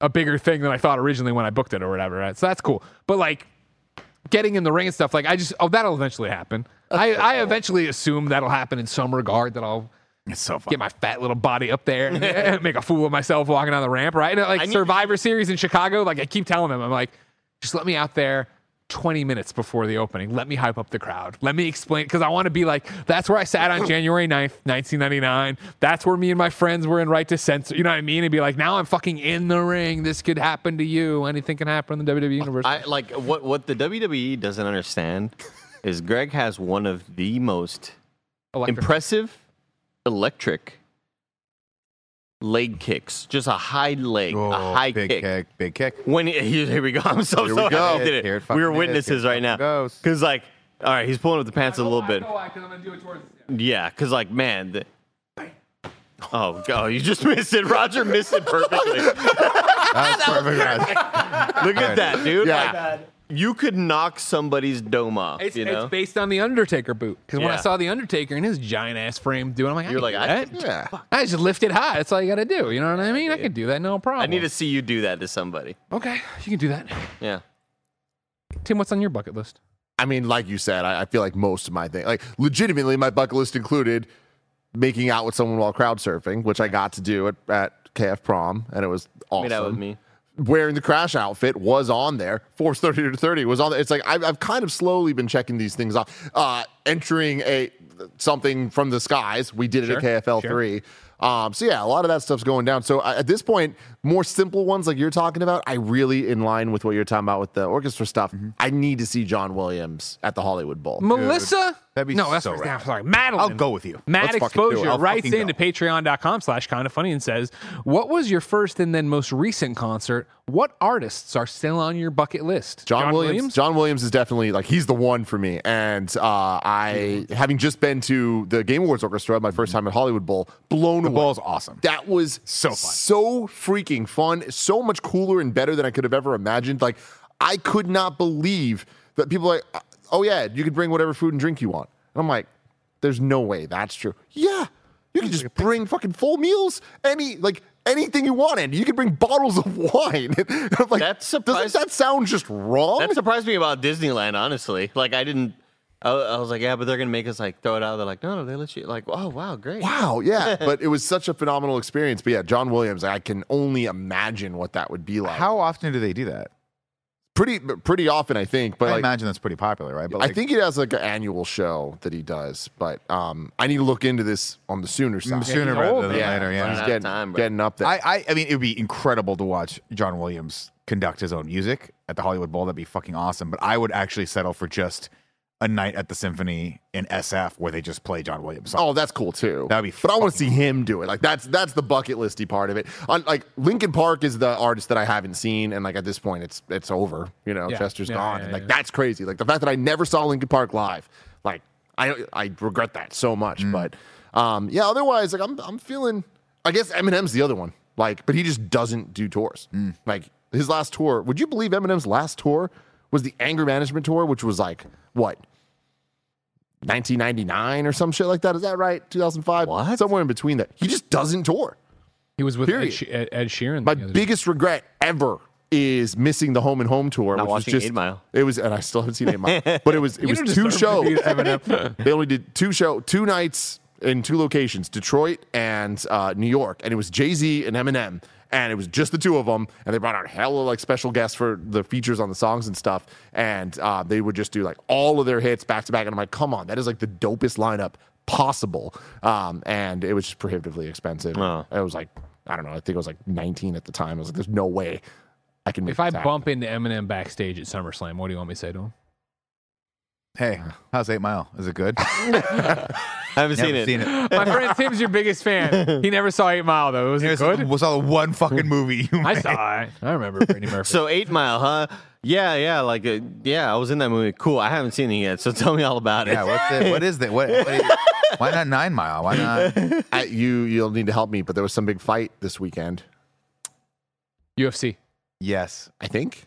A: a bigger thing than I thought originally when I booked it or whatever, right? So that's cool. But like getting in the ring and stuff, like I just oh that'll eventually happen. I, I eventually assume that'll happen in some regard that I'll
B: It's so fun.
A: get my fat little body up there
D: [laughs]
A: and [laughs] make a fool of myself walking down the ramp, right? And, like Survivor Series in Chicago, like I keep telling them, I'm like, just let me out there 20 minutes before the opening. Let me hype up the crowd. Let me explain because I want to be like, that's where I sat
D: [laughs]
A: on January 9th, 1999. That's where me and my friends were in Right to Censor. You know what I mean? And be like, now I'm fucking in the ring. This could happen to you. Anything can happen in the WWE universe.
D: I like what what the WWE doesn't [laughs] understand is Greg has one of the most
A: Electric.
D: impressive electric leg kicks. Just a high leg,
B: Oh,
D: a high
B: big
D: kick.
B: big kick.
D: When he- [laughs] here, here we go. I'm so
B: Here we
D: so happy
B: go.
D: I did it.
B: Here it fucking
D: we were
B: is.
D: witnesses
B: Here it
D: right now.
B: goes.
D: Cause like, all right, he's pulling up the pants a little bit. Yeah, cause like, man, the, oh god, you just [laughs] missed it. Roger
B: [laughs]
D: missed it perfectly. [laughs]
B: That's perfect.
D: Look at that, dude.
C: Yeah.
D: Like, you could knock somebody's dome off.
A: It's,
D: you
A: it's
D: know,
A: based on the Undertaker boot. Because when I
D: Yeah.
A: saw the Undertaker in his giant ass frame doing, I'm like,
D: You're
A: I can
D: like,
A: do
D: I
A: that.
D: could-
C: Yeah.
A: I just lift it high. That's all you got to do. You know what I mean? I could do that, no problem.
D: I need to see you do that to somebody.
A: Okay, you can do that.
D: Yeah,
A: Tim, what's on your bucket list?
C: I mean, like you said, I, I feel like most of my thing, like legitimately, my bucket list included making out with someone while crowd surfing, which I got to do at, at KF prom, and it was awesome.
D: meet out with me.
C: Wearing the crash outfit was on there. Force thirty to thirty was on. There. It's like I've, I've kind of slowly been checking these things off. Uh, entering a something from the skies, we did it at KFL three. Um, so yeah, a lot of that stuff's going down. So uh, at this point, more simple ones like you're talking about, I really in line with what you're talking about with the orchestra stuff. I need to see John Williams at the Hollywood Bowl.
A: Melissa?
B: that'd be
A: no, that's
B: so
A: right.
B: rad.
A: sorry. Madeline.
B: I'll go with you.
A: Mad
C: Let's fucking do it.
A: Exposure
B: I'll
A: writes
B: fucking
A: into
B: go.
A: patreon.com slash kind of funny and says, What was your first and then most recent concert? What artists are still on your bucket list?
C: John, Williams, John Williams is definitely like he's the one for me. And uh, I, having just been to the Game Awards Orchestra, my first time at Hollywood Bowl, blown away.
B: ball's awesome.
C: That was
B: So fun.
C: so freaking fun, so much cooler and better than I could have ever imagined. Like I could not believe that people are like, oh yeah, you could bring whatever food and drink you want. And I'm like, there's no way that's true. Yeah, you can just bring fucking full meals, any like. Anything you want, Andy. You could bring bottles of [laughs] wine. And I'm like,
D: That's
C: doesn't
D: surprising.
C: that sound just wrong?
D: That surprised me about Disneyland, honestly. Like, I didn't. I, I was like, yeah, but they're gonna make us like throw it out. They're like, no, no, they let you. Like, oh wow, great.
C: [laughs]
B: [laughs]
C: Wow, yeah, but it was such a phenomenal experience. But yeah, John Williams, I can only imagine what that would be like.
B: How often do they do that?
C: pretty pretty often, I think. But
B: I
C: like,
B: imagine that's pretty popular, right? But
C: I think he has like an annual show that he does. But um, I need to look into this on the sooner side.
B: Mm, sooner
A: he's
B: rather
A: old,
B: than
A: man.
B: later.
D: Running
B: Yeah.
D: out of
C: getting,
D: time, bro.
C: getting up there.
B: I, I, I mean, it would be incredible to watch John Williams conduct his own music at the Hollywood Bowl. That'd be fucking awesome. But I would actually settle for just a night at the symphony in SF where they just play John Williams. songs.
C: Oh, that's cool too.
B: That'd be
C: But I want to
B: fucking
C: see him do it. Like that's that's the bucket listy part of it. On like Lincoln Park is the artist that I haven't seen, and like at this point, it's it's over. You know,
A: Yeah.
C: Chester's
A: Yeah,
C: gone,
A: yeah,
C: and like
A: yeah.
C: that's crazy. Like the fact that I never saw Lincoln Park live, like I I regret that so much.
D: Mm.
C: But um, yeah. Otherwise, like I'm I'm feeling. I guess Eminem's the other one. Like, but he just doesn't do tours.
D: Mm.
C: Like his last tour. Would you believe Eminem's last tour was the Anger Management tour, which was like what 1999 or some shit like that. Is that right? 2005?
D: What?
C: Somewhere in between that. He just doesn't tour.
A: He was with Ed,
C: Period.
A: She- Ed, Ed Sheeran.
C: My
A: the other day.
C: biggest regret ever is missing the home and home tour.
D: Not
C: which was
D: watching
C: just,
D: Eight Mile.
C: It was, and I still haven't seen Eight Mile. But it was, it was
A: don't
C: two
A: deserve to
C: shows.
A: be Eminem.
C: [laughs] they only did two show, two nights in two locations, Detroit and uh, New York, and it was Jay Z and Eminem, and it was just the two of them, and they brought out hella like special guests for the features on the songs and stuff, and uh, they would just do like all of their hits back to back, and I'm like, come on, that is like the dopest lineup possible, um, and it was just prohibitively expensive.
D: Oh.
C: It was like I don't know, I think it was like 19 at the time. I was like, there's no way I can. Make
A: If I
C: this happen.
A: bump into Eminem backstage at SummerSlam, what do you want me to say to him?
B: Hey, how's Eight Mile? Is it good?
D: I haven't seen
B: Never
D: it.
B: seen it.
A: My friend Tim's your biggest fan. He never saw Eight Mile though. Was it
B: Here's- [laughs]
A: good?
B: Was all the one fucking movie you
A: I
B: made.
A: saw it. I remember Freddie Murphy.
D: So Eight Mile, huh? Yeah, yeah, like uh, yeah, I was in that movie. Cool. I haven't seen it yet, so [laughs] tell me all about it.
B: Yeah, [laughs] what's it? What is that? What, what is, why not Nine Mile? Why not?
C: I, you you'll need to help me, but there was some big fight this weekend.
A: UFC.
B: Yes.
C: I think.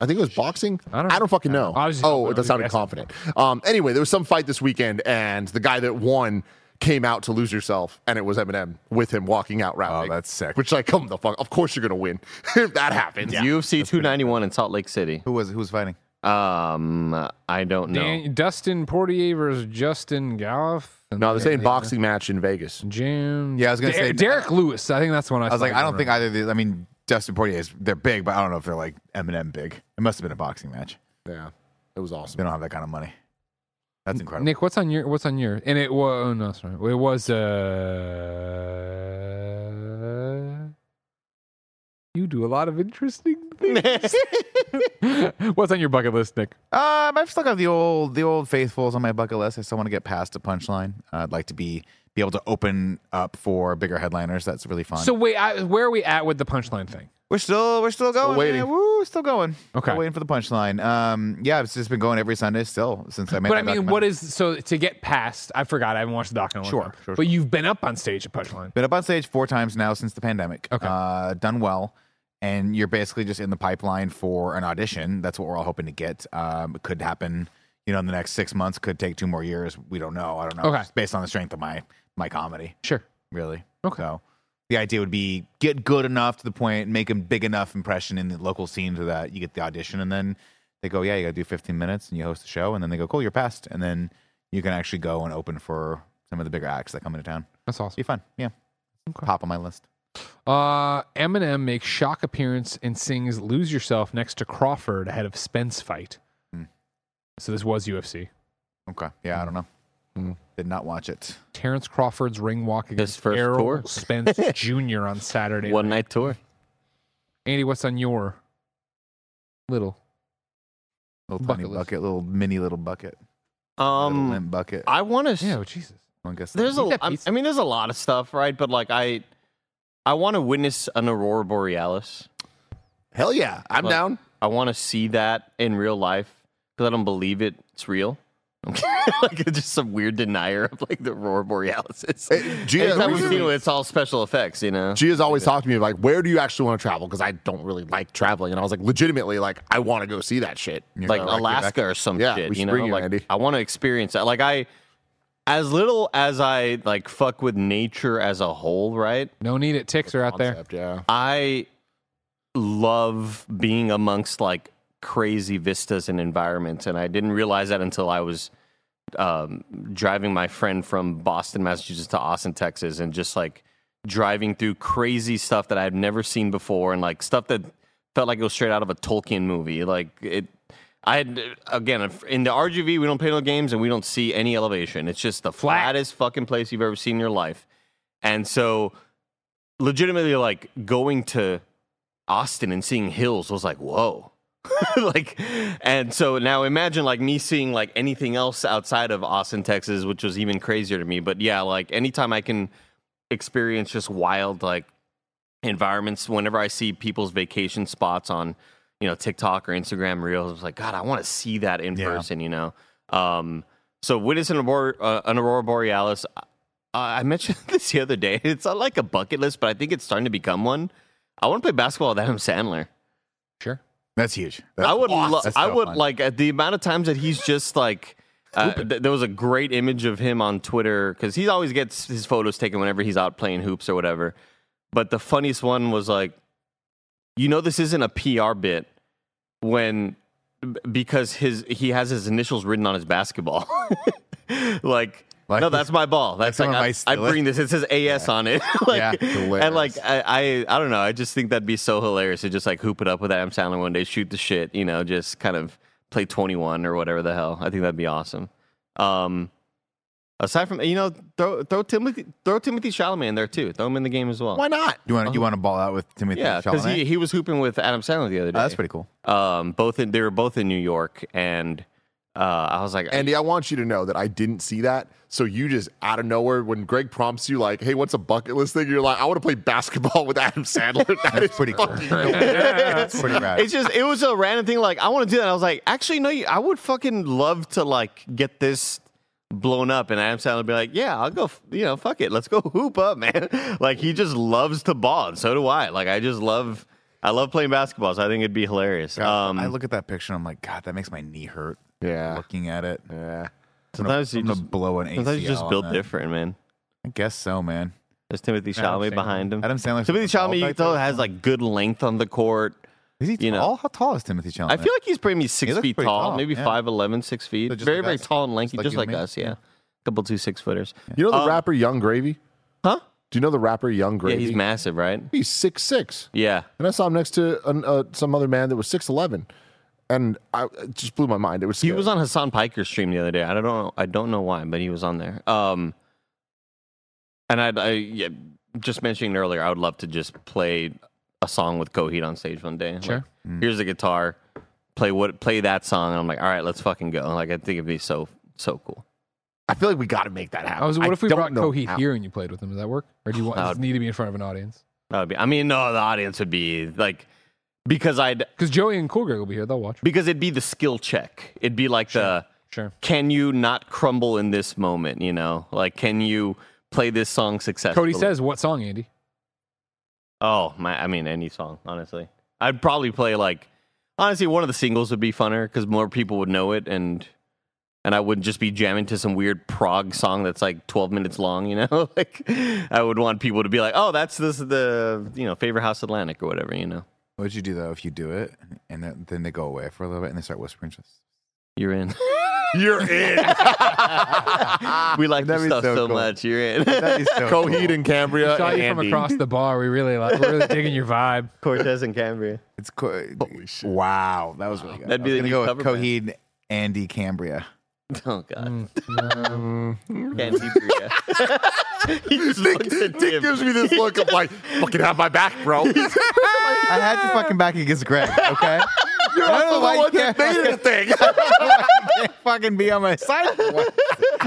C: I think it was boxing. I
A: don't
C: don't,
A: know.
C: fucking know.
A: I was just- I
C: oh,
A: was
C: that sounded
A: guessing.
C: confident. Um, anyway, there was some fight this weekend, and the guy that won came out to lose yourself, and it was Eminem with him walking out rapping.
B: that's sick.
C: Which like, come the fuck. Of course you're gonna win. [laughs] if that happens.
D: UFC 291 in Salt Lake City.
B: Who was who was fighting?
D: Um, I don't know.
A: Dan- Dustin Portier versus Justin Gallif.
C: No, they're saying boxing match in Vegas.
A: Jim.
B: Yeah, I was gonna
A: Der-
B: say-
A: Derek Lewis. I think that's the one I,
B: I was like, I don't think either of these. I mean, Dustin Poitier is they're big, but I don't know if they're like Eminem big. It must have been a boxing match.
C: Yeah. It was awesome.
B: They don't have that kind of money. That's incredible.
A: Nick, what's on your what's on your and it was oh, no sorry it was uh you do a lot of interesting
B: [laughs]
A: things. what's on your bucket list, Nick?
B: Um, I've still got the old the old faithfuls on my bucket list. I still want to get past a punchline. Uh, I'd like to be be able to open up for bigger headliners. That's really fun.
A: So wait, I, where are we at with the punchline thing?
B: we're still we're still going.
C: waiting.
B: man. Woo, still going.
A: Okay.
B: Still waiting for the punchline. Um, yeah, it's just been going every Sunday still since I made.
A: But
B: my
A: I mean, what
B: documentary.
A: is so to get past? I forgot. I haven't watched the doc in a long
B: Sure,
A: time.
B: sure,
A: But you've been up on stage at Punchline.
B: Been up on stage four times now since the pandemic.
A: Okay.
B: Uh, done well. and you're basically just in the pipeline for an audition. That's what we're all hoping to get. Um, it could happen, you know, in the next six months. Could take two more years. We don't know. I don't know.
A: Okay.
B: It's based on the strength of my my comedy,
A: Sure.
B: really.
A: Okay.
B: So the idea would be get good enough to the point, make a big enough impression in the local scene to that you get the audition, and then they go, yeah, you got to do 15 minutes, and you host the show, and then they go, cool, you're passed, and then you can actually go and open for some of the bigger acts that come into town.
A: That's awesome.
B: Be fun, yeah.
A: Okay.
B: Top on my list.
A: Uh, Eminem makes shock appearance and sings "Lose Yourself" next to Crawford ahead of Spence fight. So this was UFC.
B: Okay. Yeah, I
D: Mm.
B: don't know. Did not watch it.
A: Terrence Crawford's ring walk against
D: first
A: Errol
D: tour.
A: Spence Jr. on Saturday.
D: One
A: night.
D: night tour.
A: Andy, what's on your little?
B: Little
A: Bucket
B: tiny
A: list.
B: bucket, little mini little bucket, little
D: Um,
B: limp bucket.
D: I want to.
A: Yeah, oh, Jesus.
B: I guess
D: There's
B: that-
A: Eat
D: a.
A: that
D: I,
A: pizza.
D: I mean, there's a lot of stuff, right? But like, I, I want to witness an aurora borealis.
C: Hell yeah, I'm
D: Like,
C: down.
D: I want to see that in real life because I don't believe it. It's real. [laughs] like it's just some weird denier of like the aurora borealis. It's,
C: Gia-
D: anytime we've
C: who's your-
D: seen it, it's all special effects, you know.
C: Gia's always talked to me like, where do you actually want to travel? Because I don't really like traveling. And I was like, legitimately, like, I want to go see that shit.
B: you're
D: like
B: gonna like it back.
D: Alaska or some
C: Yeah,
D: shit.
C: we should
D: you know,
C: bring you,
D: like
C: [laughs] Andy.
D: I want to experience that. Like I, as little as I like fuck with nature as a whole, right?
A: No need it. Ticks are out there.
C: Concept, yeah.
D: I love being amongst like crazy vistas and environments, and I didn't realize that until I was um, driving my friend from Boston, Massachusetts to Austin, Texas, and just like driving through crazy stuff that I had never seen before, and like stuff that felt like it was straight out of a Tolkien movie. Like it, I had again if- in the RGV, we don't play no games, and we don't see any elevation. It's just the flattest fucking place you've ever seen in your life, and so legitimately like going to Austin and seeing hills was like, whoa. [laughs] like and so now imagine like me seeing like anything else outside of Austin, Texas, which was even crazier to me. But yeah, like anytime I can experience just wild like environments, whenever I see people's vacation spots on, you know, TikTok or Instagram reels, I was like, God, I want to see that in
B: Yeah.
D: person, you know. Um so witness an aurora, uh, an aurora borealis uh, I mentioned [laughs] this the other day. It's not like a bucket list, but I think it's starting to become one. I want to play basketball with Adam Sandler.
A: Sure.
B: That's huge. That's
D: I would,
B: awesome.
D: lo-
B: That's
D: I
B: so
D: would
B: fun.
D: like at the amount of times that he's just like. Uh, th- there was a great image of him on Twitter because he always gets his photos taken whenever he's out playing hoops or whatever. But the funniest one was like, you know, this isn't a PR bit when b- because his he has his initials written on his basketball. [laughs] like,
B: Like
D: no,
B: this-
D: that's my ball. That's
B: someone
D: like
B: might
D: I, I
B: steal it.
D: bring this. It says AS on it. [laughs] like,
B: Yeah,
D: and like I, I, I don't know. I just think that'd be so hilarious to just like hoop it up with Adam Sandler one day, shoot the shit, you know, just kind of play twenty one or whatever the hell. I think that'd be awesome. Um, aside from you know, throw throw Timothy throw Timothy Chalamet in there too. Throw him in the game as well.
C: Why not?
B: you want you want to ball out with Timothy
D: um, Yeah, because
B: Chalamet?
D: he, he was hooping with Adam Sandler the other day.
B: Oh, that's pretty cool.
D: Um, both in, they were both in New York, and uh, I was like,
C: Andy, I want you to know that I didn't see that. So you just out of nowhere, when Greg prompts you, like, hey, what's a bucket list thing? You're like, I want to play basketball [laughs] with Adam Sandler. That
B: That's
C: is
D: [laughs]
B: pretty cool.
C: fucking-
B: That's pretty rad.
D: it's just it was a random thing. Like I want to do that. I was like, actually, no, you- I would fucking love to like get this blown up, and Adam Sandler would be like, yeah, I'll go. f- You know, fuck it, let's go hoop up, man. [laughs] like he just loves to ball, and so do I. Like I just love, I love playing basketball, so I think it'd be hilarious.
B: God,
D: um,
B: I look at that picture and I'm like, God, that makes my knee hurt.
C: Yeah.
B: Looking at it.
C: Yeah.
D: sometimes
B: I'm
D: you
B: gonna
D: just,
B: blow an ACL.
D: sometimes you just
B: on
D: build
B: that.
D: different, man.
B: I guess so, man.
D: There's Timothy
B: Adam
D: Chalamet
B: Sandler.
D: behind him.
B: Adam Sandler.
D: Timothy Chalamet you can tell, has like good length on the court.
B: Is he tall?
D: you know.
B: How tall is Timothy Chalamet?
D: I feel like he's probably six
B: He looks
D: feet
B: pretty
D: tall,
B: tall,
D: maybe
B: yeah.
D: five eleven, six feet.
B: So just
D: very,
B: like
D: very
B: us.
D: tall and lanky, just
B: Just like you
D: like,
B: and me.
D: us. Yeah. couple two six footers.
C: You know the
D: Um,
C: rapper Young Gravy?
D: Huh?
C: Do you know the rapper Young
D: Yeah,
C: Gravy?
D: he's massive, right?
C: He's six six,
D: Yeah.
C: and I saw him next to an, uh, some other man that was six eleven, and I it just blew my mind. It was
D: He was on Hassan Piker's stream the other day. I don't know. I don't know why, but he was on there. Um, and I'd, I yeah, just mentioning earlier, I would love to just play a song with Coheed on stage one day.
A: Sure.
D: Like,
B: Mm.
D: Here's the guitar. Play what? Play that song. And I'm like, all right, let's fucking go. Like, I think it'd be so so cool.
C: I feel like we got to make that happen.
A: I was. What if we
C: don't
A: brought
C: know
A: Coheed
C: how.
A: here and you played with him? Does that work? Or do you want, does it
D: Loud.
A: need to be in front of an audience?
D: That would be. I mean, no, the audience would be like because I'd
A: Because Joey and Cool Greg will be here. They'll watch.
D: because it'd be the skill check. It'd be like the
A: Sure.
D: can you not crumble in this moment? You know, like can you play this song successfully?
A: Cody says, "What song, Andy?"
D: Oh my! I mean, any song, honestly. I'd probably play like, honestly, one of the singles would be funner because more people would know it, and and I wouldn't just be jamming to some weird prog song that's like twelve minutes long. You know, [laughs] like I would want people to be like, oh, that's this the you know favorite House Atlantic or whatever. You know,
B: What would you do though if you do it and then, then they go away for a little bit and they start whispering just
D: you're
B: [laughs]
D: in.
C: You're in.
D: we like this
B: That'd be
D: stuff so,
B: so cool.
D: much. You're in. [laughs]
B: That'd be so
C: [laughs] Coheed and Cambria.
A: Saw
C: and
A: you from
C: Uh, Andy.
A: across the bar. We really like. We're really digging your vibe.
D: Cortez and Cambria.
B: It's co- Wow, that was really good.
D: That'd be
B: I
D: the
B: was
D: new
B: gonna go with
D: cover band.
B: Coheed, Andy, Cambria.
D: Oh God. Can't see Bria. [laughs] he just looks at
C: Nick
D: Tim.
C: gives me [laughs] this look of like, fucking have my back, bro. [laughs] You're also
B: I had your fucking back against [laughs] Greg. Okay, you're I don't know
C: the
B: why you
C: one
B: can't
C: that made
B: [laughs]
C: it a thing. [laughs]
B: can't fucking be on my side. for once.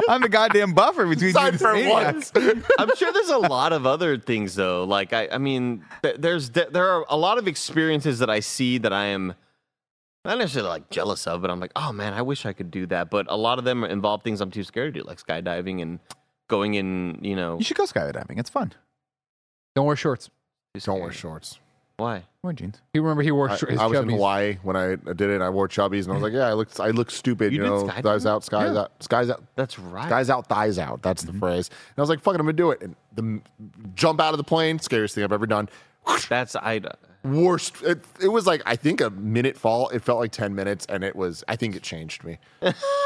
B: I'm the goddamn buffer between you
C: Side
B: and
C: for
B: this maniac.
C: once.
D: I'm sure there's a lot of other things though. Like I, I mean, th- there's th- there are a lot of experiences that I see that I am not necessarily like jealous of, but I'm like, oh man, I wish I could do that. But a lot of them involve things I'm too scared to do, like skydiving and going in. You know,
B: You should go skydiving. It's fun.
A: Don't wear shorts.
C: Don't wear shorts.
D: why?
B: Wear jeans.
A: You remember he wore
C: I,
A: shorts. his
C: I was in
A: chubbies.
C: Hawaii when I did it. I wore chubbies, and I was like, "Yeah, I looked, I looked stupid."
D: You
C: You,
D: did
C: know,
D: skydiving?
C: thighs out, skies
B: Yeah.
C: out, skies out,
D: That's right.
C: skies out, thighs out. That's
A: Mm-hmm.
C: the phrase. And I was like, "Fuck it, I'm gonna do it." And the m- jump out of the plane, scariest thing I've ever done.
D: That's I.
C: Worst. It, it was like I think a minute fall. It felt like ten minutes, and it was. I think it
B: [laughs]
C: changed me.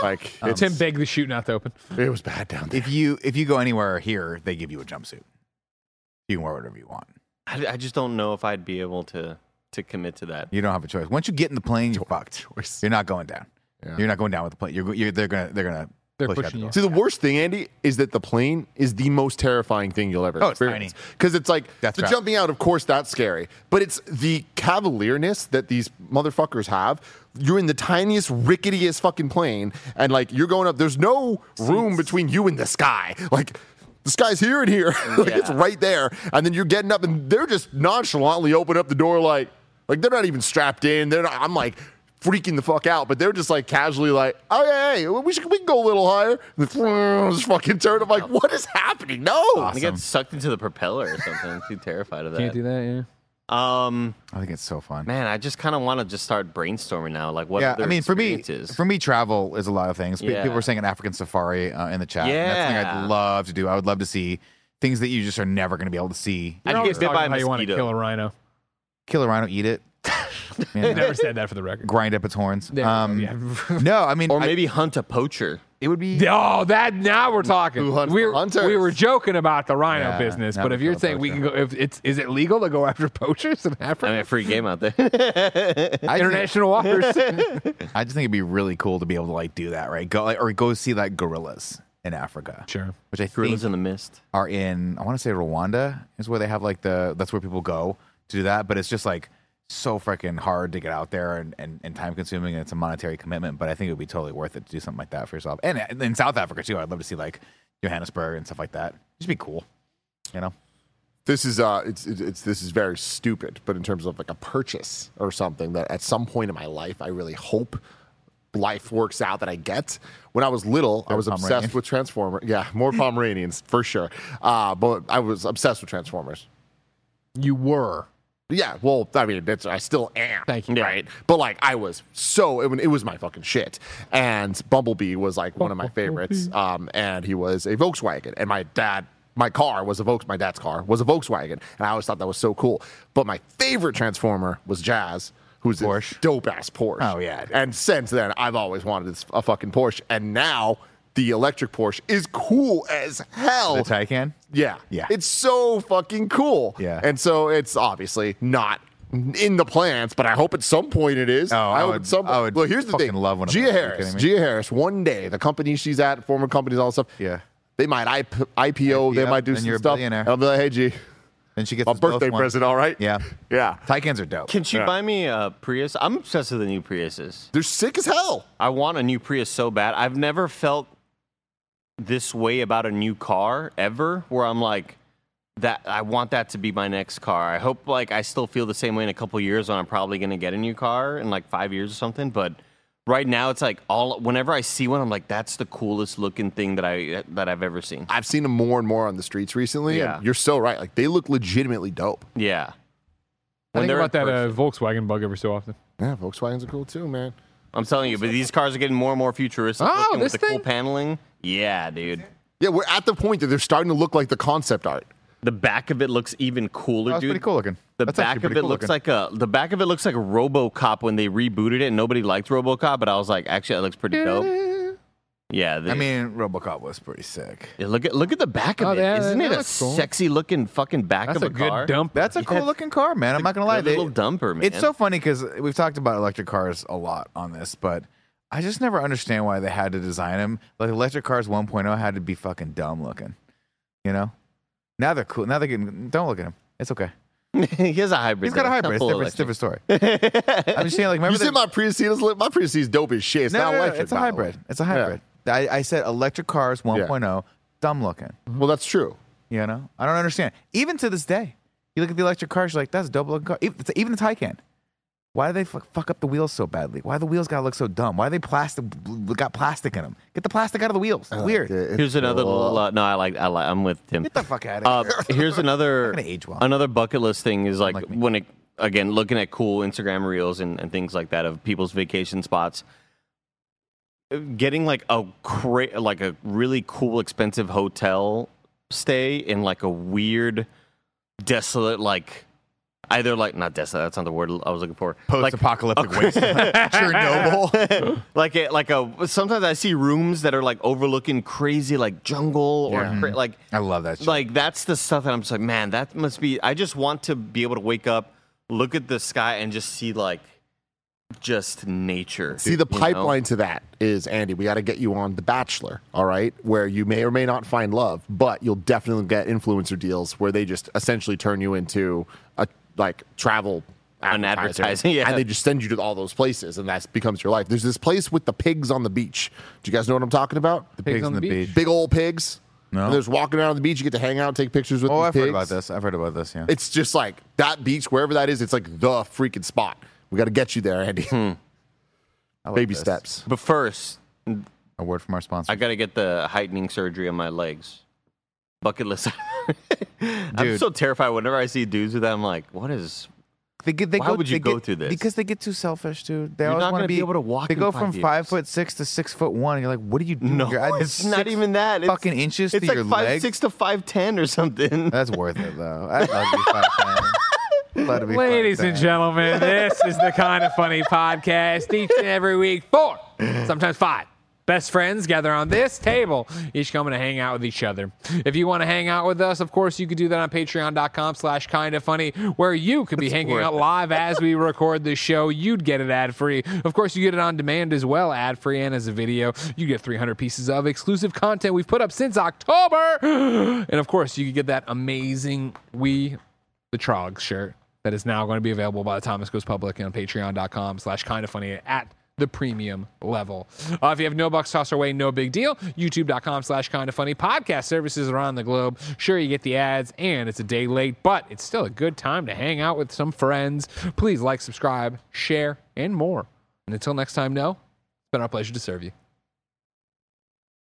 C: like
B: Um.
C: it's,
A: Tim begged the shoot not to open.
C: it was bad down there.
B: If you if you go anywhere here, they give you a jumpsuit. You can wear whatever you want.
D: I, I just don't know if I'd be able to to commit to that.
B: You don't have a choice. Once you get in the plane, you're fucked. You're not going down. You're not going down with the plane. You're, go- you're they're gonna they're gonna
A: They're
B: push you out
A: pushing
B: the
A: you.
C: See, the worst thing, Andy, is that the plane is the most terrifying thing you'll ever
B: Oh, it's
C: experience. Because it's like
B: Death
C: the
B: trap.
C: jumping out. Of course, that's scary, but it's the cavalierness that these motherfuckers have. You're in the tiniest, ricketiest fucking plane, and like you're going up. There's no room between you and the sky. Like. The sky's here and here, [laughs] like it's
D: Yeah.
C: right there, and then you're getting up, and they're just nonchalantly open up the door, like, like they're not even strapped in. They're not. I'm like freaking the fuck out, but they're just like casually, like, oh yeah, hey, we should we can go a little higher. And then, just fucking turn. I'm like, what is happening? No,
D: I get sucked into the propeller or something. I'm too terrified of that.
A: Can't do that. Yeah.
D: Um,
B: I think it's so fun.
D: man, I just kind of want to just start brainstorming now. Like what?
B: yeah,
D: other
B: I mean, for me,
D: experiences.
B: for me, travel is a lot of things. Pe-
D: Yeah.
B: People were saying an African safari uh, in the chat. and that's something
D: Yeah.
B: I'd love to do. I would love to see things that you just are never going to be able to see.
D: I'd get bit
A: Talking
D: by a
A: about how you want to
D: mosquito.
A: kill a rhino.
B: Kill a rhino,
D: [laughs]
B: eat it, you know,
A: Never said that for the [laughs] record.
B: grind up its horns.
A: There you go,
B: um,
A: yeah. [laughs]
B: no, I mean,
D: or
B: I-
D: maybe hunt a poacher.
B: it would be.
A: Oh, that now we're talking.
C: Who hunts
A: we
C: the
A: were,
C: hunters?
A: we were joking about the rhino
B: Yeah,
A: business,
B: now
A: but
B: we
A: if you're
B: call it
A: saying we can
B: poacher.
A: go, if it's is it legal to go after poachers in
D: I
A: Africa?
D: mean, free game out there. [laughs]
B: I just,
A: International waters.
B: I just think it'd be really cool to be able to like do that, right? Go like, or go see like gorillas in Africa,
A: sure.
B: which I think
D: Gorillas in the mist.
B: are in I want to say Rwanda is where they have like the that's where people go to do that, but it's just like so freaking hard to get out there and, and, and time consuming and it's a monetary commitment, but I think it would be totally worth it to do something like that for yourself. And and in South Africa too, I'd love to see like Johannesburg and stuff like that. Just be cool. You know?
C: this is uh, it's, it's it's this is very stupid, but in terms of like a purchase or something that at some point in my life, I really hope life works out that I get. When I was little, I was
B: Pomeranian.
C: obsessed with Transformers. Yeah, more Pomeranians for sure. Uh, but I was obsessed with Transformers.
A: You were.
C: Yeah, well, I mean, that's, I still am.
A: Thank you.
C: Right, but like I was so it, it was my fucking shit, and Bumblebee was like one of my favorites. Um, and he was a Volkswagen, and my dad, my car was a Volks, my dad's car was a Volkswagen, and I always thought that was so cool. But my favorite Transformer was Jazz, who's
B: Porsche.
C: a dope ass Porsche.
B: Oh, yeah.
C: And since then, I've always wanted this, a fucking Porsche, and now. The electric Porsche is cool as hell.
B: The Taycan?
C: Yeah.
B: Yeah.
C: It's so fucking cool.
B: Yeah.
C: And so it's obviously not in the plans, but I hope at some point it is.
B: Oh, I
C: hope
B: would-
C: at some
B: I would
C: Look, here's the
B: fucking
C: thing.
B: love one of
C: Gia
B: those. Are you
C: Harris.
B: kidding me?
C: Gia Harris, one day, the company she's at, former companies, all that stuff.
B: Yeah.
C: They might IP- IPO, they
B: IPO,
C: might do
B: then
C: some
B: you're a
C: stuff.
B: billionaire.
C: And I'll be like, hey, G,
B: Then she gets
C: a
B: us both
C: birthday
B: one.
C: present, all right?
B: Yeah.
C: Yeah.
B: Taycans are dope.
D: Can she buy me a Prius? I'm obsessed with the new Priuses.
C: They're sick as hell.
D: I want a new Prius so bad. I've never felt this way about a new car ever, where I'm like, that I want that to be my next car. I hope like I still feel the same way in a couple years when I'm probably gonna get a new car in like five years or something. But right now, it's like all whenever I see one, I'm like, that's the coolest looking thing that I that I've ever seen.
C: I've seen them more and more on the streets recently.
D: Yeah.
C: And you're so right. Like, they look legitimately dope.
D: Yeah.
A: I think
D: When they're
A: about
D: in
A: that uh, Volkswagen bug every so often.
C: Yeah, Volkswagens are cool too, man.
D: I'm telling you, but these cars are getting more and more futuristic.
A: Oh,
D: looking
A: this
D: with the cool
A: thing?
D: paneling. Yeah, dude.
C: Yeah, we're at the point that they're starting to look like the concept art.
D: The back of it looks even cooler,
B: That's
D: dude.
B: pretty cool looking.
D: The
B: That's
D: back
B: actually
D: of it
B: pretty cool
D: looks
B: looking.
D: like a the back of it looks like RoboCop when they rebooted it and nobody liked RoboCop, but I was like, actually, that looks pretty dope. Yeah, the,
B: I mean, RoboCop was pretty sick.
D: yeah, look at look at the back of
A: Oh,
D: it.
A: yeah,
D: Isn't
A: that
D: it a
A: looks cool.
D: sexy looking fucking back
A: That's
D: of
A: a,
D: a,
A: good
D: car?
A: dump.
B: That's a
D: Yeah,
B: cool
D: it's-
B: looking car, man. I'm not gonna
D: good
B: lie. They-
D: little dumper, man.
B: It's so funny because we've talked about electric cars a lot on this, but I just never understand why they had to design them. Like electric cars 1.0 had to be fucking dumb looking, you know. Now they're cool. Now they're getting. Don't look at him. It's okay.
D: [laughs] he has a hybrid.
B: He's got a
D: though. It's not [laughs]
B: hybrid. It's
D: full
B: different, it's
D: electric.
B: different story.
C: [laughs]
B: I'm just saying, like, remember
C: you
B: the-
C: said my Prius is lit. My Prius is dope as shit. It's
B: no,
C: not
B: no, no,
C: electric.
B: it's a
C: by the way.
B: hybrid. It's a hybrid. I, I said electric cars 1.0, dumb looking.
C: Well, that's true.
B: You know, I don't understand. Even to this day, you look at the electric cars, you're like, that's a double looking car. Even, it's- even the Taycan. Why do they fuck, fuck up the wheels so badly? Why the wheels gotta look so dumb? Why they plastic got plastic in them? Get the plastic out of the wheels. It's weird.
D: Here's another little. Uh, no, I like. I like. I'm with Tim.
B: Get the fuck [laughs] out
D: Uh,
B: of here.
D: here's another
B: gonna age well.
D: another bucket list thing is like,
B: like me.
D: when it again looking at cool Instagram reels and, and things like that of people's vacation spots. Getting like a cra- like a really cool expensive hotel stay in like a weird desolate like either like not desolate that's not the word I was looking for like
B: apocalyptic waste. [laughs]
C: [laughs]
B: Chernobyl.
D: [laughs] like a, like a sometimes I see rooms that are like overlooking crazy like jungle or cra- like
B: I love that shit.
D: like that's the stuff that I'm just like, man, that must be. I just want to be able to wake up, look at the sky, and just see like just nature.
C: See, the
D: you know?
C: pipeline to that is Andy. We got to get you on The Bachelor, all right? Where you may or may not find love, but you'll definitely get influencer deals where they just essentially turn you into a like travel
D: An
C: advertiser,
D: advertising, yeah.
C: and they just send you to all those places, and that becomes your life. There's this place with the pigs on the beach. Do you guys know what I'm talking about? The
A: Pigs on the beach.
C: big old pigs.
B: No.
C: And there's walking around on the beach. You get to hang out, take pictures with.
B: Oh,
C: these
B: I've
C: pigs.
B: heard about this. I've heard about this. Yeah.
C: It's just like that beach, wherever that is. It's like the freaking spot. We got to get you there, Andy.
B: I like
C: Baby
B: this.
C: steps.
D: But first,
B: A word from our sponsor.
D: I gotta get the heightening surgery on my legs. Bucket list. [laughs] I'm
B: Dude.
D: so terrified whenever I see dudes with that. I'm like, what is?
B: They get, they
D: Why
B: go,
D: would you
B: they
D: go
B: get-
D: through this?
B: Because they get too selfish, dude. They
D: You're
B: always
D: not
B: want
D: gonna
B: to
D: be able to walk
B: They
D: in
B: go
D: five
B: from
D: years.
B: five foot six to six foot one. You're like, what are you doing?
D: No,
B: You're adding
D: it's not
B: six
D: even that. It's-
B: Fucking inches
D: It's
B: to
D: like
B: your
D: five
B: legs.
D: six to five ten or something.
B: That's worth it though. I'd love to be five ten. Love to be
A: Ladies
B: five
A: and
B: ten.
A: gentlemen, this is the kind of funny podcast each and every week. Four, sometimes five. Best friends gather on this table, each coming to hang out with each other. If you want to hang out with us, of course, you can do that on patreon.com slash kind of funny, where you could be hanging out live as we record the show. You'd get it ad free. Of course, you get it on demand as well, ad free and as a video. You get 300 pieces of exclusive content we've put up since October. [gasps] And of course, you could get that amazing We the Trog shirt that is now going to be available by the time this goes public on patreon.com slash kind of funny at the premium level. Uh, if you have no bucks toss our way, no big deal. YouTube.com slash kind of funny. Podcast services around the globe. Sure, you get the ads and it's a day late, but it's still a good time to hang out with some friends. Please like, subscribe, share, and more. And until next time, no, it's been our pleasure to serve you.